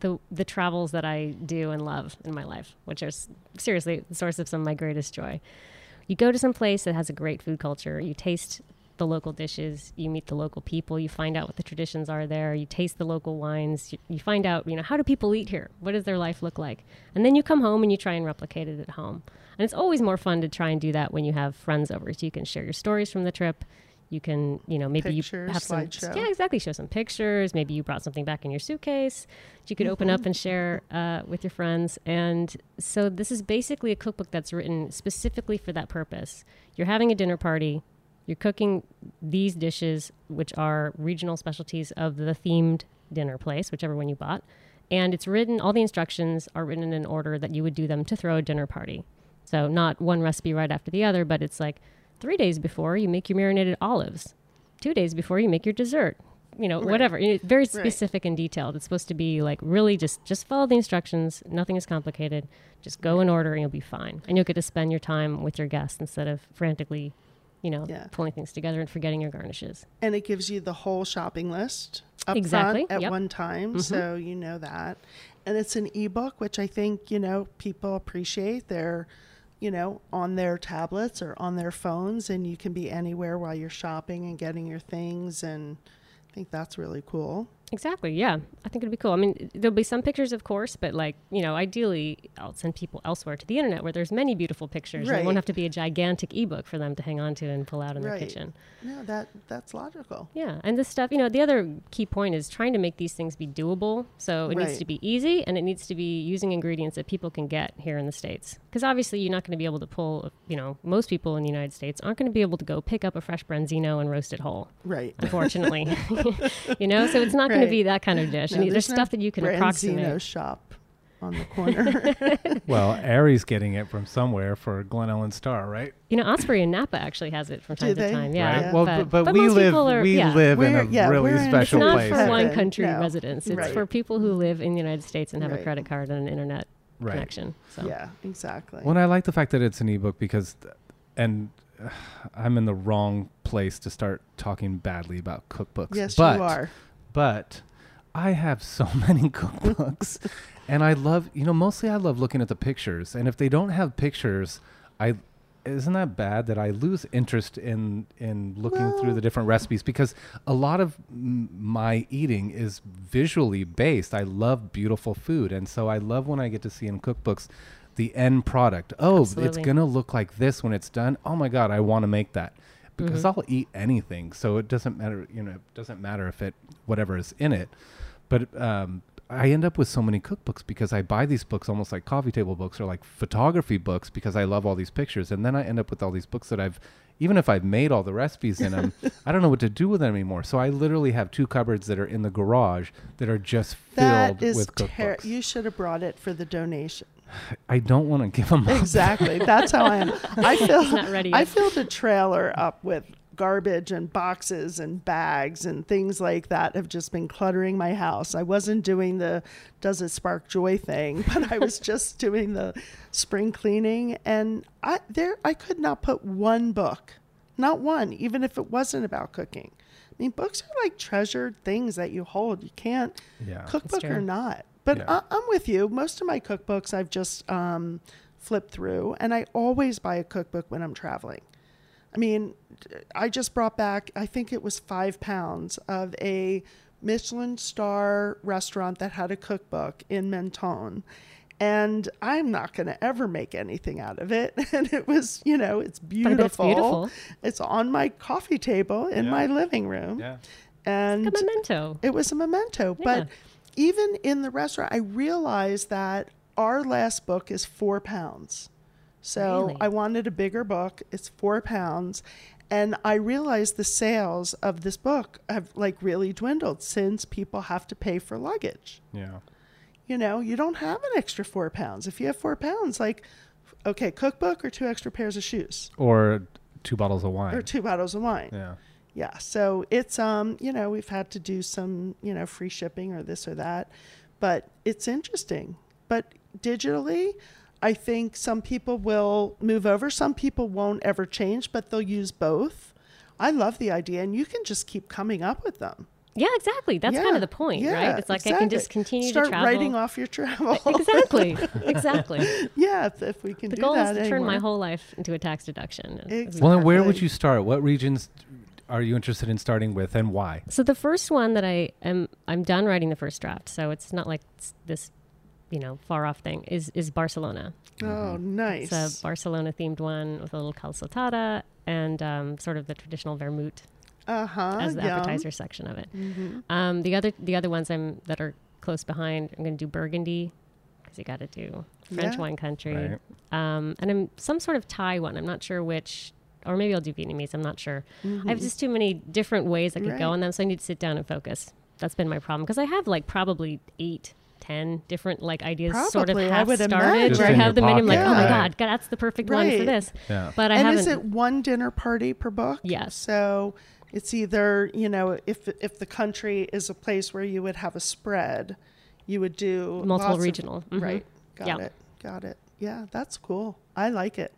Speaker 4: the the travels that I do and love in my life, which are s- seriously the source of some of my greatest joy. You go to some place that has a great food culture. You taste the local dishes. You meet the local people. You find out what the traditions are there. You taste the local wines. You, you find out, you know, how do people eat here? What does their life look like? And then you come home and you try and replicate it at home. And it's always more fun to try and do that when you have friends over, so you can share your stories from the trip. You can, you know, maybe
Speaker 3: Pictures,
Speaker 4: you have some,
Speaker 3: slideshow.
Speaker 4: yeah, exactly. Show some pictures. Maybe you brought something back in your suitcase that you could open up and share uh, with your friends. And so this is basically a cookbook that's written specifically for that purpose. You're having a dinner party. You're cooking these dishes, which are regional specialties of the themed dinner place, whichever one you bought. And it's written, all the instructions are written in an order that you would do them to throw a dinner party. So, not one recipe right after the other, but it's like three days before you make your marinated olives, two days before you make your dessert, you know, whatever. It's very specific and detailed. It's supposed to be like really just just follow the instructions. Nothing is complicated. Just go in order and you'll be fine. And you'll get to spend your time with your guests instead of frantically, you know,
Speaker 3: Yeah.
Speaker 4: pulling things together and forgetting your garnishes.
Speaker 3: and it gives you the whole shopping list up
Speaker 4: Exactly,
Speaker 3: front at
Speaker 4: yep. Mm-hmm.
Speaker 3: one time so you know that and it's an ebook which i think you know people appreciate they're you know on their tablets or on their phones and you can be anywhere while you're shopping and getting your things and i think that's really cool
Speaker 4: Exactly. Yeah, I think it'd be cool. I mean, there'll be some pictures, of course, but like you know, ideally, I'll send people elsewhere to the internet where there's many beautiful pictures. And it
Speaker 3: Right.
Speaker 4: won't have to be a gigantic ebook for them to hang on to and pull out in their
Speaker 3: Right.
Speaker 4: kitchen.
Speaker 3: no that that's logical
Speaker 4: Yeah, and this stuff, you know, the other key point is trying to make these things be doable. So it needs
Speaker 3: Right.
Speaker 4: to be easy, and it needs to be using ingredients that people can get here in the states. Because obviously, you're not going to be able to pull. You know, most people in the United States aren't going to be able to go pick up a fresh branzino and roast it whole.
Speaker 3: right
Speaker 4: Unfortunately, <laughs> you know, so it's not
Speaker 3: Right.
Speaker 4: going to be that kind of dish.
Speaker 3: No,
Speaker 4: I mean, there's,
Speaker 3: no
Speaker 4: stuff that you can
Speaker 3: Branzino
Speaker 4: approximate.
Speaker 3: shop on the corner
Speaker 2: Well, Ari's getting it from somewhere for Glen Ellen Star, right?
Speaker 4: You know, Osprey in Napa actually has it from
Speaker 3: Do
Speaker 4: time to
Speaker 3: they?
Speaker 4: time. Yeah,
Speaker 2: Right? Well, but, but, we
Speaker 4: most
Speaker 2: live
Speaker 4: people are-
Speaker 2: we
Speaker 4: yeah.
Speaker 2: live in a
Speaker 3: We're- yeah, we're
Speaker 2: really
Speaker 3: in-
Speaker 4: It's
Speaker 2: special
Speaker 4: not
Speaker 2: place,
Speaker 4: for one
Speaker 3: Heaven,
Speaker 4: country
Speaker 3: no.
Speaker 4: residents. It's
Speaker 3: Right.
Speaker 4: for people who live in the United States and have
Speaker 3: Right.
Speaker 4: a credit card and an internet
Speaker 2: Right.
Speaker 4: connection. <laughs> So
Speaker 3: yeah exactly
Speaker 2: Well, and I like the fact that it's an ebook because, th- and uh, I'm in the wrong place to start talking badly about cookbooks.
Speaker 3: yes
Speaker 2: but,
Speaker 3: you are
Speaker 2: But I have so <laughs> many cookbooks, and I love you know mostly I love looking at the pictures, and if they don't have pictures, I isn't that bad that I lose interest in in looking through
Speaker 3: Well-
Speaker 2: the different recipes because a lot of m- my eating is visually based. I love beautiful food, and so I love when I get to see in cookbooks the end product. Oh, it's
Speaker 4: Absolutely.
Speaker 2: gonna look like this when it's done. Oh my god, I want to make that because
Speaker 3: Mm-hmm.
Speaker 2: I'll eat anything. So it doesn't matter, you know, it doesn't matter if it whatever is in it. But um, I end up with so many cookbooks because I buy these books almost like coffee table books or like photography books because I love all these pictures, and then I end up with all these books that I've even if I've made all the recipes in
Speaker 3: <laughs>
Speaker 2: them, I don't know what to do with them anymore. So I literally have two cupboards that are in the garage that are just filled
Speaker 3: that is
Speaker 2: with
Speaker 3: ter-
Speaker 2: cookbooks.
Speaker 3: you should have brought it for the donation
Speaker 2: I don't want to give them up.
Speaker 3: Exactly. That's how I am. I filled,
Speaker 4: not ready
Speaker 3: I
Speaker 4: yet.
Speaker 3: filled a trailer up with garbage and boxes and bags and things like that have just been cluttering my house. I wasn't doing the does it spark joy thing, <laughs> but I was just doing the spring cleaning and I there I could not put one book. Not one, even if it wasn't about cooking. I mean, books are like treasured things that you hold. You can't
Speaker 2: Yeah.
Speaker 3: cookbook
Speaker 4: true.
Speaker 3: or not.
Speaker 2: Oh,
Speaker 3: But
Speaker 2: Yeah.
Speaker 3: I, I'm with you. Most of my cookbooks I've just um, flipped through, and I always buy a cookbook when I'm traveling. I mean, I just brought back, I think it was five pounds of a Michelin star restaurant that had a cookbook in Mentone. and I'm not going to ever make anything out of it. <laughs> And it was, you know, it's
Speaker 4: I
Speaker 3: beautiful.
Speaker 4: bet it's beautiful.
Speaker 3: It's on my coffee table in
Speaker 2: Yeah.
Speaker 3: my living room.
Speaker 2: Yeah.
Speaker 3: And
Speaker 4: Like a memento.
Speaker 3: it was a memento.
Speaker 4: Yeah.
Speaker 3: But even in the restaurant, I realized that our last book is four pounds. So
Speaker 4: Really?
Speaker 3: I wanted a bigger book. It's four pounds. And I realized the sales of this book have like really dwindled since people have to pay for luggage.
Speaker 2: Yeah.
Speaker 3: You know, you don't have an extra four pounds. If you have four pounds, like, okay, cookbook or two extra pairs of shoes
Speaker 2: Or two bottles of wine.
Speaker 3: or two bottles of wine.
Speaker 2: yeah.
Speaker 3: Yeah. So it's um, you know, we've had to do some, you know, free shipping or this or that. But it's interesting. But digitally, I think some people will move over, some people won't ever change, but they'll use both. I love the idea and you can just keep coming up with them.
Speaker 4: Yeah, exactly. That's kind
Speaker 3: Yeah,
Speaker 4: of the point,
Speaker 3: yeah,
Speaker 4: right? It's like I can just
Speaker 3: exactly.
Speaker 4: continue
Speaker 3: Start
Speaker 4: to travel.
Speaker 3: writing off your
Speaker 4: <laughs>
Speaker 3: travel.
Speaker 4: exactly. Exactly.
Speaker 3: <laughs> yeah, if, if we can
Speaker 4: The
Speaker 3: do
Speaker 4: goal is
Speaker 3: that
Speaker 4: to turn my
Speaker 3: anymore.
Speaker 4: whole life into a tax deduction.
Speaker 3: Ex-
Speaker 2: Well, then where would
Speaker 3: Exactly.
Speaker 2: you start? What regions are you interested in starting with and why?
Speaker 4: So the first one that I am I'm done writing the first draft, so it's not like it's this, you know, far off thing is is Barcelona.
Speaker 3: Oh, nice.
Speaker 4: It's a Barcelona themed one with a little calçotada and um, sort of the traditional vermouth
Speaker 3: uh-huh.
Speaker 4: as the
Speaker 3: yum. Mm-hmm.
Speaker 4: appetizer section of it. Um, the other the other ones I'm that are close behind. I'm going to do Burgundy because you got to do French
Speaker 3: Yeah.
Speaker 4: wine country, um, and I'm some sort of Thai one. I'm not sure which. Or maybe I'll do Vietnamese. I'm not sure. I have just too many different ways I could
Speaker 3: Mm-hmm. Right.
Speaker 4: go on them, so I need to sit down and focus. That's been my problem because I have like probably eight, ten different like ideas sort of
Speaker 3: Probably, I
Speaker 4: half
Speaker 3: would
Speaker 4: started
Speaker 3: Just
Speaker 4: where I
Speaker 2: in your
Speaker 4: have them in. I'm like,
Speaker 3: pocket,
Speaker 4: oh my
Speaker 2: right.
Speaker 4: god, God, that's the perfect one for
Speaker 3: Right.
Speaker 4: this.
Speaker 2: Yeah.
Speaker 4: But I
Speaker 3: and
Speaker 4: haven't.
Speaker 3: is it one dinner party per book?
Speaker 4: Yes.
Speaker 3: So it's either you know if if the country is a place where you would have a spread, you would do
Speaker 4: Multiple
Speaker 3: lots of-
Speaker 4: regional. Mhm.
Speaker 3: Right. Got
Speaker 4: Yeah.
Speaker 3: it. Got it. Yeah, that's cool. I like it.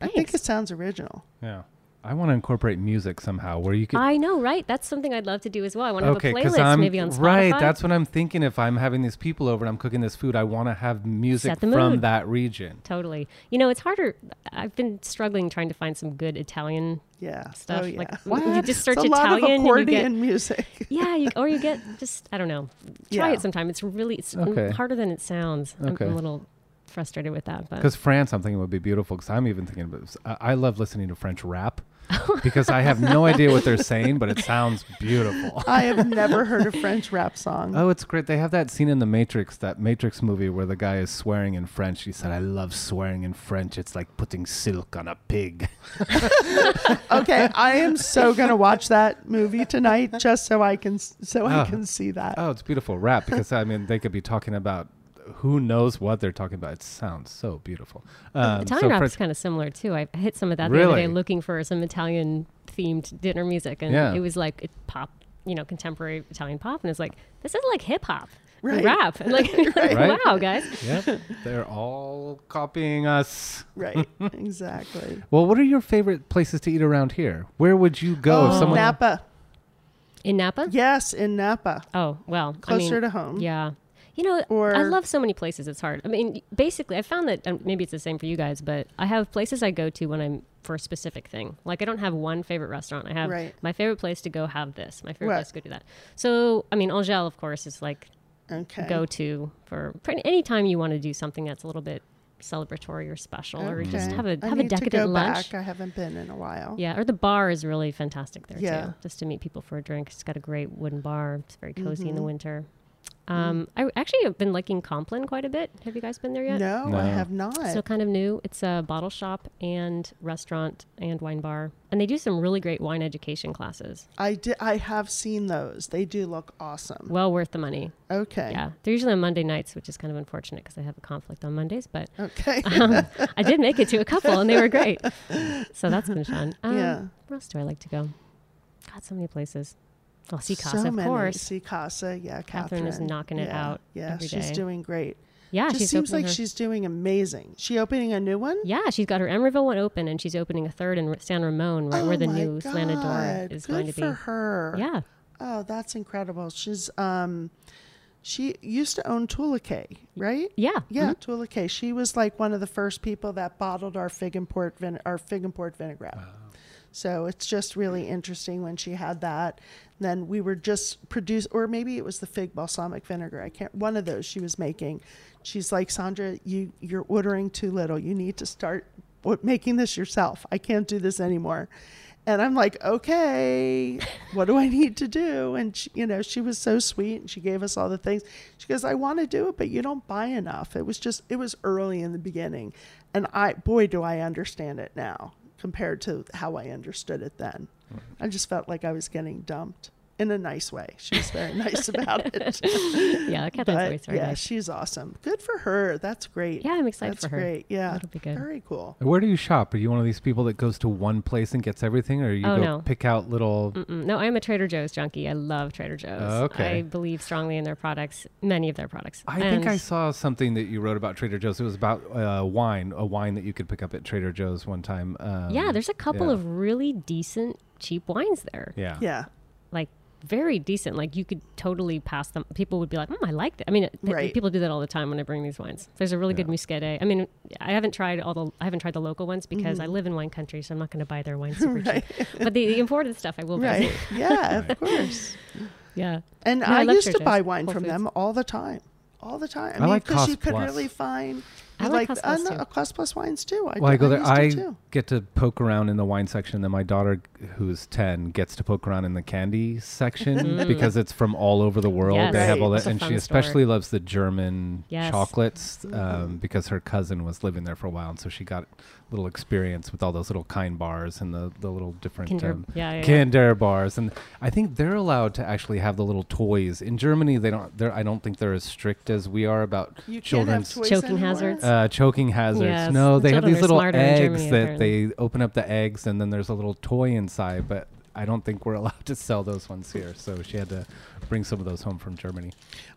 Speaker 3: I think
Speaker 4: Thanks.
Speaker 3: it sounds original.
Speaker 2: Yeah. I want to incorporate music somehow where you could.
Speaker 4: I know, right? That's something I'd love to do as well. I want to
Speaker 2: okay,
Speaker 4: have a playlist
Speaker 2: I'm
Speaker 4: maybe on Spotify.
Speaker 2: right. That's what I'm thinking. If I'm having these people over and I'm cooking this food, I want to have music
Speaker 4: Set the
Speaker 2: from
Speaker 4: mood.
Speaker 2: that region.
Speaker 4: Totally. You know, it's harder. I've been struggling trying to find some good Italian
Speaker 3: Yeah.
Speaker 4: stuff.
Speaker 3: Oh, yeah.
Speaker 4: Like you just search
Speaker 3: it's a
Speaker 4: Italian,
Speaker 3: lot of
Speaker 4: and you
Speaker 3: accordion
Speaker 4: get,
Speaker 3: music. <laughs>
Speaker 4: yeah, you, or you get just I don't know. Try
Speaker 3: Yeah.
Speaker 4: it sometime. It's really it's m-
Speaker 2: Okay.
Speaker 4: harder than it sounds. I'm-
Speaker 2: Okay.
Speaker 4: I'm, a little frustrated with that, but
Speaker 2: Because France, I'm thinking would be beautiful. Because I'm even thinking about. I, I love listening to French
Speaker 4: <laughs>
Speaker 2: rap because I have no idea what they're saying, but it sounds beautiful.
Speaker 3: I have never heard a French rap song.
Speaker 2: Oh, it's great. They have that scene in The Matrix, that Matrix movie where the guy is swearing in French. He said, I love swearing in French. It's like putting silk on a pig. <laughs>
Speaker 3: Okay, I am so gonna watch that movie tonight just so I can s- so I
Speaker 2: Oh.
Speaker 3: can see that.
Speaker 2: Oh, it's beautiful rap because, I mean, they could be talking about who knows what they're talking about. It sounds so beautiful. Um,
Speaker 4: Oh, Italian
Speaker 2: so
Speaker 4: rap
Speaker 2: French-
Speaker 4: is kind of similar too. I hit some of that the other day
Speaker 2: Really?
Speaker 4: looking for some Italian themed dinner music, and
Speaker 2: Yeah.
Speaker 4: it was like it pop, you know, contemporary Italian pop, and it's like this is like hip hop. and
Speaker 3: Right.
Speaker 4: Rap <laughs> and like,
Speaker 2: <laughs> Right.
Speaker 4: wow, guys.
Speaker 2: Yep,
Speaker 4: <laughs>
Speaker 2: they're all copying us.
Speaker 3: Right, exactly.
Speaker 2: Well, what are your favorite places to eat around here? Where would you go if
Speaker 3: Oh,
Speaker 2: someone.
Speaker 3: Napa.
Speaker 4: In Napa,
Speaker 3: Yes, in Napa.
Speaker 4: Oh well, I
Speaker 3: Closer
Speaker 4: mean,
Speaker 3: to home.
Speaker 4: Yeah, you know, I
Speaker 3: Or-
Speaker 4: love so many places. It's hard. I mean, basically, I found that um, maybe it's the same for you guys, but I have places I go to when I'm for a specific thing. Like I don't have one favorite restaurant. I have
Speaker 3: Right.
Speaker 4: my favorite place to go have this. My favorite
Speaker 3: Right.
Speaker 4: place to go do that. So I mean, Angel, of course, is like
Speaker 3: Okay.
Speaker 4: go to for, for any time you want to do something that's a little bit celebratory or special, or just
Speaker 3: Okay.
Speaker 4: have a
Speaker 3: I
Speaker 4: have a
Speaker 3: need to
Speaker 4: decadent
Speaker 3: go
Speaker 4: lunch.
Speaker 3: Back. I haven't been in a while.
Speaker 4: Yeah, or the bar is really fantastic there
Speaker 3: Yeah.
Speaker 4: too. Just to meet people for a drink. It's got a great wooden bar. It's very cozy
Speaker 3: Mm-hmm.
Speaker 4: in the winter. Um, I actually have been liking Compline quite a bit. Have you guys been there yet?
Speaker 3: No,
Speaker 2: No.
Speaker 3: I have not.
Speaker 4: So kind of new. It's a bottle shop and restaurant and wine bar, and they do some really great wine education classes.
Speaker 3: I did. I have seen those. They do look awesome.
Speaker 4: Well worth the money.
Speaker 3: Okay.
Speaker 4: Yeah, they're usually on Monday nights, which is kind of unfortunate because I have a conflict on Mondays. But <laughs>
Speaker 3: Okay. <laughs>
Speaker 4: um, I did make it to a couple, and they were great. So that's been fun. Um,
Speaker 3: Yeah.
Speaker 4: Where else do I like to go? God, so many places. Well, see Casa,
Speaker 3: so
Speaker 4: of
Speaker 3: many.
Speaker 4: course.
Speaker 3: See Casa. Yeah, Catherine,
Speaker 4: Catherine is knocking it
Speaker 3: Yeah,
Speaker 4: out
Speaker 3: Yeah,
Speaker 4: every
Speaker 3: she's
Speaker 4: day.
Speaker 3: doing great.
Speaker 4: Yeah,
Speaker 3: Just
Speaker 4: she's
Speaker 3: seems
Speaker 4: opening
Speaker 3: like
Speaker 4: her-
Speaker 3: she's doing amazing. She opening a new one.
Speaker 4: Yeah, she's got her Emeryville one open, and she's opening a third in San Ramon, right
Speaker 3: Oh
Speaker 4: where the
Speaker 3: my
Speaker 4: new Slanador
Speaker 3: God,
Speaker 4: is
Speaker 3: Good
Speaker 4: going to be.
Speaker 3: for her.
Speaker 4: Yeah,
Speaker 3: Oh, that's incredible. She's um, she used to own Tulake, right?
Speaker 4: yeah,
Speaker 3: Yeah,
Speaker 4: mhm.
Speaker 3: Tula Kay. She was like one of the first people that bottled our fig and port vin- our fig and port vinaigrette. So it's just really interesting when she had that. Then we were just produce, or maybe it was the fig balsamic vinegar. I can't. One of those she was making. She's like Sandra, you you're ordering too little. You need to start w- making this yourself. I can't do this anymore. And I'm like, okay, what do I need to do? And she, you know, she was so sweet, and she gave us all the things. She goes, I want to do it, but you don't buy enough. It was just, it was early in the beginning, and I, boy, do I understand it now compared to how I understood it then.
Speaker 2: Mm-hmm.
Speaker 3: I just felt like I was getting dumped in a nice way. She was very <laughs> nice about it.
Speaker 4: <laughs> mm-hmm. Yeah, Catherine's
Speaker 3: but
Speaker 4: voice very
Speaker 3: yeah,
Speaker 4: nice.
Speaker 3: she's awesome. Good for her. That's great.
Speaker 4: Yeah, I'm excited
Speaker 3: That's
Speaker 4: for her.
Speaker 3: great. Yeah,
Speaker 4: That'll be good.
Speaker 3: Very cool.
Speaker 2: Where do you shop? Are you one of these people that goes to one place and gets everything, or you
Speaker 4: Oh,
Speaker 2: go
Speaker 4: no.
Speaker 2: pick out little?
Speaker 4: Mm, No, I'm a Trader Joe's junkie. I love Trader Joe's.
Speaker 2: Oh, okay.
Speaker 4: I believe strongly in their products, many of their products.
Speaker 2: I think I
Speaker 4: And-
Speaker 2: saw something that you wrote about Trader Joe's. It was about uh, wine, a wine that you could pick up at Trader Joe's one time. Um,
Speaker 4: Yeah, there's a couple
Speaker 2: yeah.
Speaker 4: of really decent cheap wines there.
Speaker 2: yeah.
Speaker 3: Yeah.
Speaker 4: Like very decent. Like you could totally pass them. People would be like, "Mm, I like that." I mean, it- pe-
Speaker 3: Right.
Speaker 4: people do that all the time when I bring these wines. There's a really good Muscadet. I mean, I haven't tried all the I haven't tried the local ones because I live in wine country, so I'm not going to buy
Speaker 3: <laughs>
Speaker 4: their wine super
Speaker 3: Mm-hmm. Right.
Speaker 4: cheap. But the, the imported stuff I will buy.
Speaker 3: Right. <laughs> Yeah, of course.
Speaker 4: <laughs> Yeah.
Speaker 3: And
Speaker 4: No, I
Speaker 3: I,
Speaker 4: love
Speaker 3: used to
Speaker 4: Trader
Speaker 3: buy
Speaker 4: Joe's,
Speaker 3: wine
Speaker 4: Whole
Speaker 3: from
Speaker 4: Foods.
Speaker 3: them all the time. All the time.
Speaker 2: I like
Speaker 3: you
Speaker 2: Cost
Speaker 3: could
Speaker 2: Plus.
Speaker 3: really find
Speaker 4: I like Cost
Speaker 3: uh,
Speaker 4: Plus
Speaker 3: no,
Speaker 4: too.
Speaker 3: Cost Plus wines too. I,
Speaker 2: Well, I
Speaker 3: do-
Speaker 2: go there.
Speaker 3: used
Speaker 2: I
Speaker 3: to, too.
Speaker 2: get to poke around in the wine section, and my daughter, who's ten, gets to poke around in the candy section because it's from all over the world.
Speaker 4: Mm-hmm. Yes.
Speaker 2: They have all
Speaker 4: Right. It's
Speaker 2: that,
Speaker 4: a
Speaker 2: and she
Speaker 4: fun store.
Speaker 2: especially loves the German
Speaker 4: Yes. Mm-hmm.
Speaker 2: chocolates um, because her cousin was living there for a while, and so she got little experience with all those little kind bars and the, the little different
Speaker 4: Kinder-
Speaker 2: um,
Speaker 4: yeah, yeah, yeah.
Speaker 2: Kinder bars, and I think they're allowed to actually have the little toys in Germany. They don't. They're, I don't think they're as strict as we are about
Speaker 3: You can't have
Speaker 2: children's
Speaker 3: toys
Speaker 4: Choking
Speaker 3: anymore.
Speaker 4: hazards.
Speaker 2: uh, choking hazards.
Speaker 4: Yes.
Speaker 2: No,
Speaker 4: The
Speaker 2: they have
Speaker 4: children
Speaker 2: these
Speaker 4: are
Speaker 2: little
Speaker 4: smarter in
Speaker 2: eggs
Speaker 4: Germany,
Speaker 2: that
Speaker 4: apparently.
Speaker 2: they open up the eggs and then there's a little toy inside, but I don't think we're <laughs> allowed to sell those ones here. So she had to bring some of those home from Germany.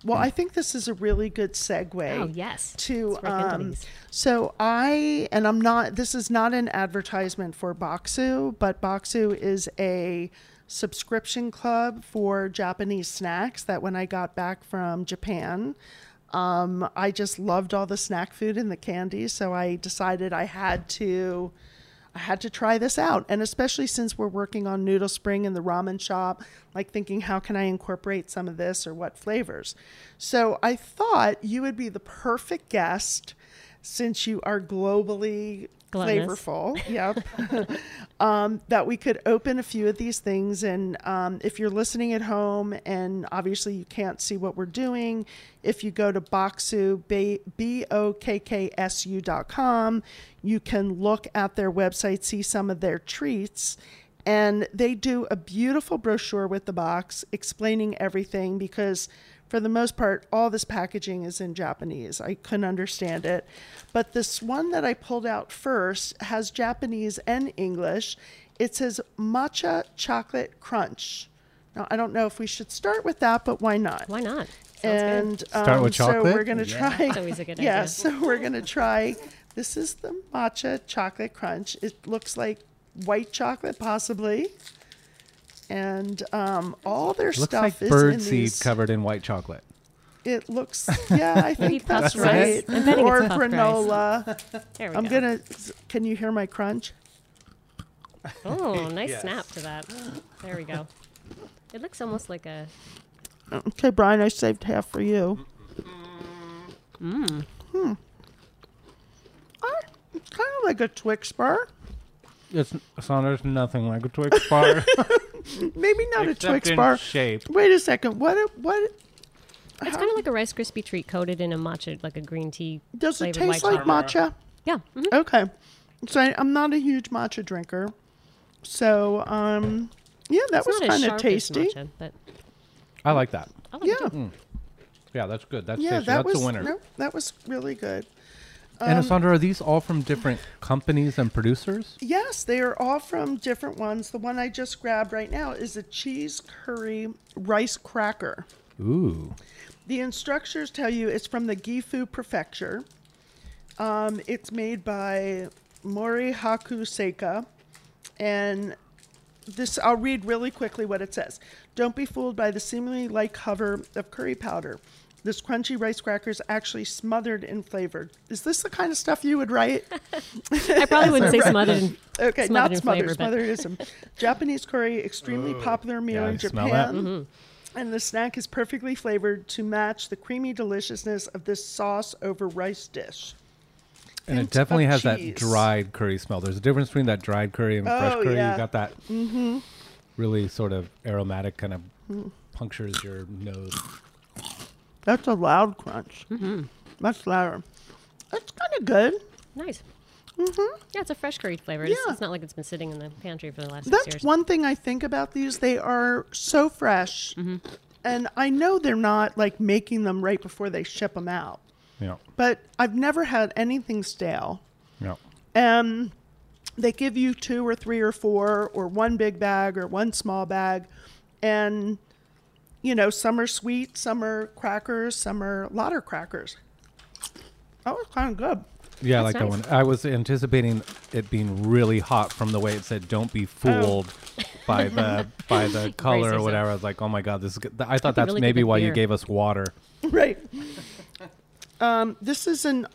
Speaker 3: Well, I think this is a really good segue.
Speaker 4: Oh yes.
Speaker 3: to
Speaker 4: Let's break into
Speaker 3: um,
Speaker 4: these.
Speaker 3: so i and i'm not this is not an advertisement for baksu but baksu is a subscription club for japanese snacks that when i got back from japan um, i just loved all the snack food and the candy so i decided i had to I had to try this out. And especially since we're working on Noodle Spring and the ramen shop, like thinking, how can I incorporate some of this or what flavors? So I thought you would be the perfect guest since you are globally
Speaker 4: Gluttonous.
Speaker 3: flavorful. Yep. um, that we could open a few of these things. And um, if you're listening at home and obviously you can't see what we're doing, if you go to Boxu, B- B-O-K-K-S-U dot com, you can look at their website, see some of their treats. And they do a beautiful brochure with the box explaining everything because for the most part, all this packaging is in Japanese. I couldn't understand it. But this one that I pulled out first has Japanese and English. It says matcha chocolate crunch. Now, I don't know if we should start with that, but why not?
Speaker 4: Why not? Sounds good.
Speaker 3: and um,
Speaker 2: Start with
Speaker 3: So
Speaker 2: chocolate?
Speaker 3: we're going to try.
Speaker 4: That's always a
Speaker 3: <laughs>
Speaker 4: good
Speaker 3: yeah,
Speaker 4: idea.
Speaker 3: so we're going to try. This is the matcha chocolate crunch. It looks like white chocolate, possibly. And um, all their
Speaker 2: Looks
Speaker 3: stuff
Speaker 2: like
Speaker 3: is in
Speaker 2: bird seed
Speaker 3: these.
Speaker 2: covered in white chocolate. <laughs>
Speaker 3: It looks, yeah, I
Speaker 4: Maybe
Speaker 3: think that's
Speaker 4: puffed rice.
Speaker 3: right.
Speaker 4: I'm betting
Speaker 3: Or
Speaker 4: it's puffed rice.
Speaker 2: <laughs>
Speaker 3: granola.
Speaker 4: There we
Speaker 3: I'm
Speaker 4: go.
Speaker 3: gonna. Can you hear my crunch?
Speaker 4: Oh, nice snap to that. There we go. It looks almost like a
Speaker 3: Okay, Brian, I saved half for you.
Speaker 4: Mm.
Speaker 3: Hmm. Ah, It's kind of like a Twix bar.
Speaker 2: It's Saunders nothing like a Twix
Speaker 3: <laughs>
Speaker 2: bar.
Speaker 3: Maybe not a Twix bar.
Speaker 2: shape.
Speaker 3: Wait a second. What? a- What?
Speaker 4: It's kind of like a Rice Krispie treat coated in a matcha, like a green tea.
Speaker 3: Does it
Speaker 4: flavored
Speaker 3: taste
Speaker 4: white
Speaker 3: like matcha?
Speaker 4: Yeah. mhm.
Speaker 3: Okay. So I, I'm not a huge matcha drinker. So um, yeah, that
Speaker 4: It's
Speaker 3: was
Speaker 4: not as
Speaker 3: kind of
Speaker 4: sharp as
Speaker 3: tasty.
Speaker 4: matcha, but
Speaker 2: <laughs> I like that.
Speaker 4: I like
Speaker 3: Yeah.
Speaker 4: it too.
Speaker 2: Mm. Yeah, that's good. That's
Speaker 3: Yeah,
Speaker 2: tasty.
Speaker 3: that
Speaker 2: that's
Speaker 3: was
Speaker 2: a winner.
Speaker 3: no, um, that was really good.
Speaker 2: and Sandra, are these all from different companies and producers?
Speaker 3: Yes, they are all from different ones. The one I just grabbed right now is a cheese curry rice cracker.
Speaker 2: Ooh.
Speaker 3: The instructors tell you it's from the Gifu Prefecture. Um, it's made by Mori Haku Seika. And this, I'll read really quickly what it says. Don't be fooled by the seemingly light cover of curry powder. This crunchy rice crackers actually smothered in flavor. Is this the kind of stuff you would write? <laughs>
Speaker 4: I probably wouldn't say smothered. in-
Speaker 3: Okay,
Speaker 4: Smothered
Speaker 3: not
Speaker 4: in
Speaker 3: smothered.
Speaker 4: flavor, but-
Speaker 3: smothered is a Japanese curry, extremely popular meal
Speaker 2: Yeah,
Speaker 3: in
Speaker 2: you smell that?
Speaker 3: Japan.
Speaker 4: Mm-hmm.
Speaker 3: And the snack is perfectly flavored to match the creamy deliciousness of this sauce over rice dish.
Speaker 2: And
Speaker 3: Hint
Speaker 2: it definitely
Speaker 3: of
Speaker 2: has
Speaker 3: cheese.
Speaker 2: that dried curry smell. There's a difference between that dried curry and fresh
Speaker 3: Oh,
Speaker 2: curry. You
Speaker 3: yeah. Mm-hmm.
Speaker 2: got that really sort of aromatic kind of punctures your nose.
Speaker 3: That's a loud crunch. Mm-hmm. Much louder. That's kind of good.
Speaker 4: Nice. Mm-hmm. Yeah, it's a fresh curry flavor. It's,
Speaker 3: Yeah.
Speaker 4: it's not like it's been sitting in the pantry for the last six
Speaker 3: That's
Speaker 4: years.
Speaker 3: one thing I think about these. They are so fresh.
Speaker 4: Mm-hmm.
Speaker 3: And I know they're not like making them right before they ship them out.
Speaker 2: Yeah.
Speaker 3: But I've never had anything stale.
Speaker 2: Yeah.
Speaker 3: Um, they give you two or three or four or one big bag or one small bag. And, you know, some are sweet, some are crackers, some are lotter crackers. That was kind of good.
Speaker 2: Yeah, I like
Speaker 4: That's
Speaker 2: that one.
Speaker 4: nice.
Speaker 2: I was anticipating it being really hot from the way it said "Don't
Speaker 3: Oh.
Speaker 2: be fooled" by
Speaker 3: <laughs>
Speaker 2: the by the color or
Speaker 4: yourself.
Speaker 2: whatever. I was like, "Oh my god, this is." Good. I thought that's
Speaker 4: really good
Speaker 2: maybe
Speaker 4: with
Speaker 2: why you
Speaker 4: beer.
Speaker 2: gave us water.
Speaker 3: <laughs> Right. Um, this is an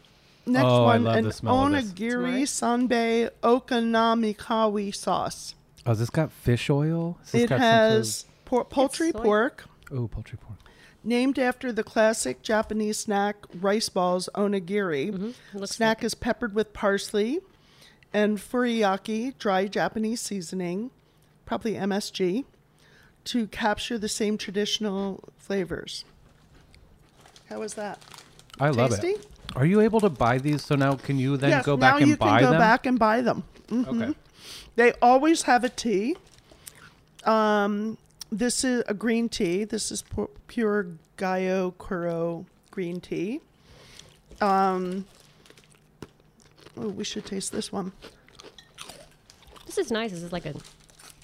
Speaker 3: next
Speaker 2: Oh, I
Speaker 3: one
Speaker 2: love
Speaker 3: an
Speaker 2: the smell of this.
Speaker 3: onigiri sanbei okonomikawa sauce.
Speaker 2: Oh, has this got fish oil? Has this
Speaker 3: It
Speaker 2: got some sort of-
Speaker 3: has por- poultry
Speaker 4: soy.
Speaker 3: pork,
Speaker 2: oh poultry pork.
Speaker 3: named after the classic Japanese snack rice balls onigiri.
Speaker 4: Looks
Speaker 3: Snack is peppered with parsley and furiyaki, dry Japanese seasoning, probably MSG, to capture the same traditional flavors. How was that?
Speaker 2: I love it.
Speaker 3: Tasty?
Speaker 2: Are you able to buy these? So now, can you then
Speaker 3: yes,
Speaker 2: go
Speaker 3: now
Speaker 2: back and
Speaker 3: you
Speaker 2: buy
Speaker 3: can go
Speaker 2: them?
Speaker 3: back and buy them. Mm.
Speaker 2: Okay.
Speaker 3: They always have a tea. Um, this is a green tea. This is pu- pure Gayo Kuro green tea. Um, oh, we should taste this one.
Speaker 4: This is nice. This is like a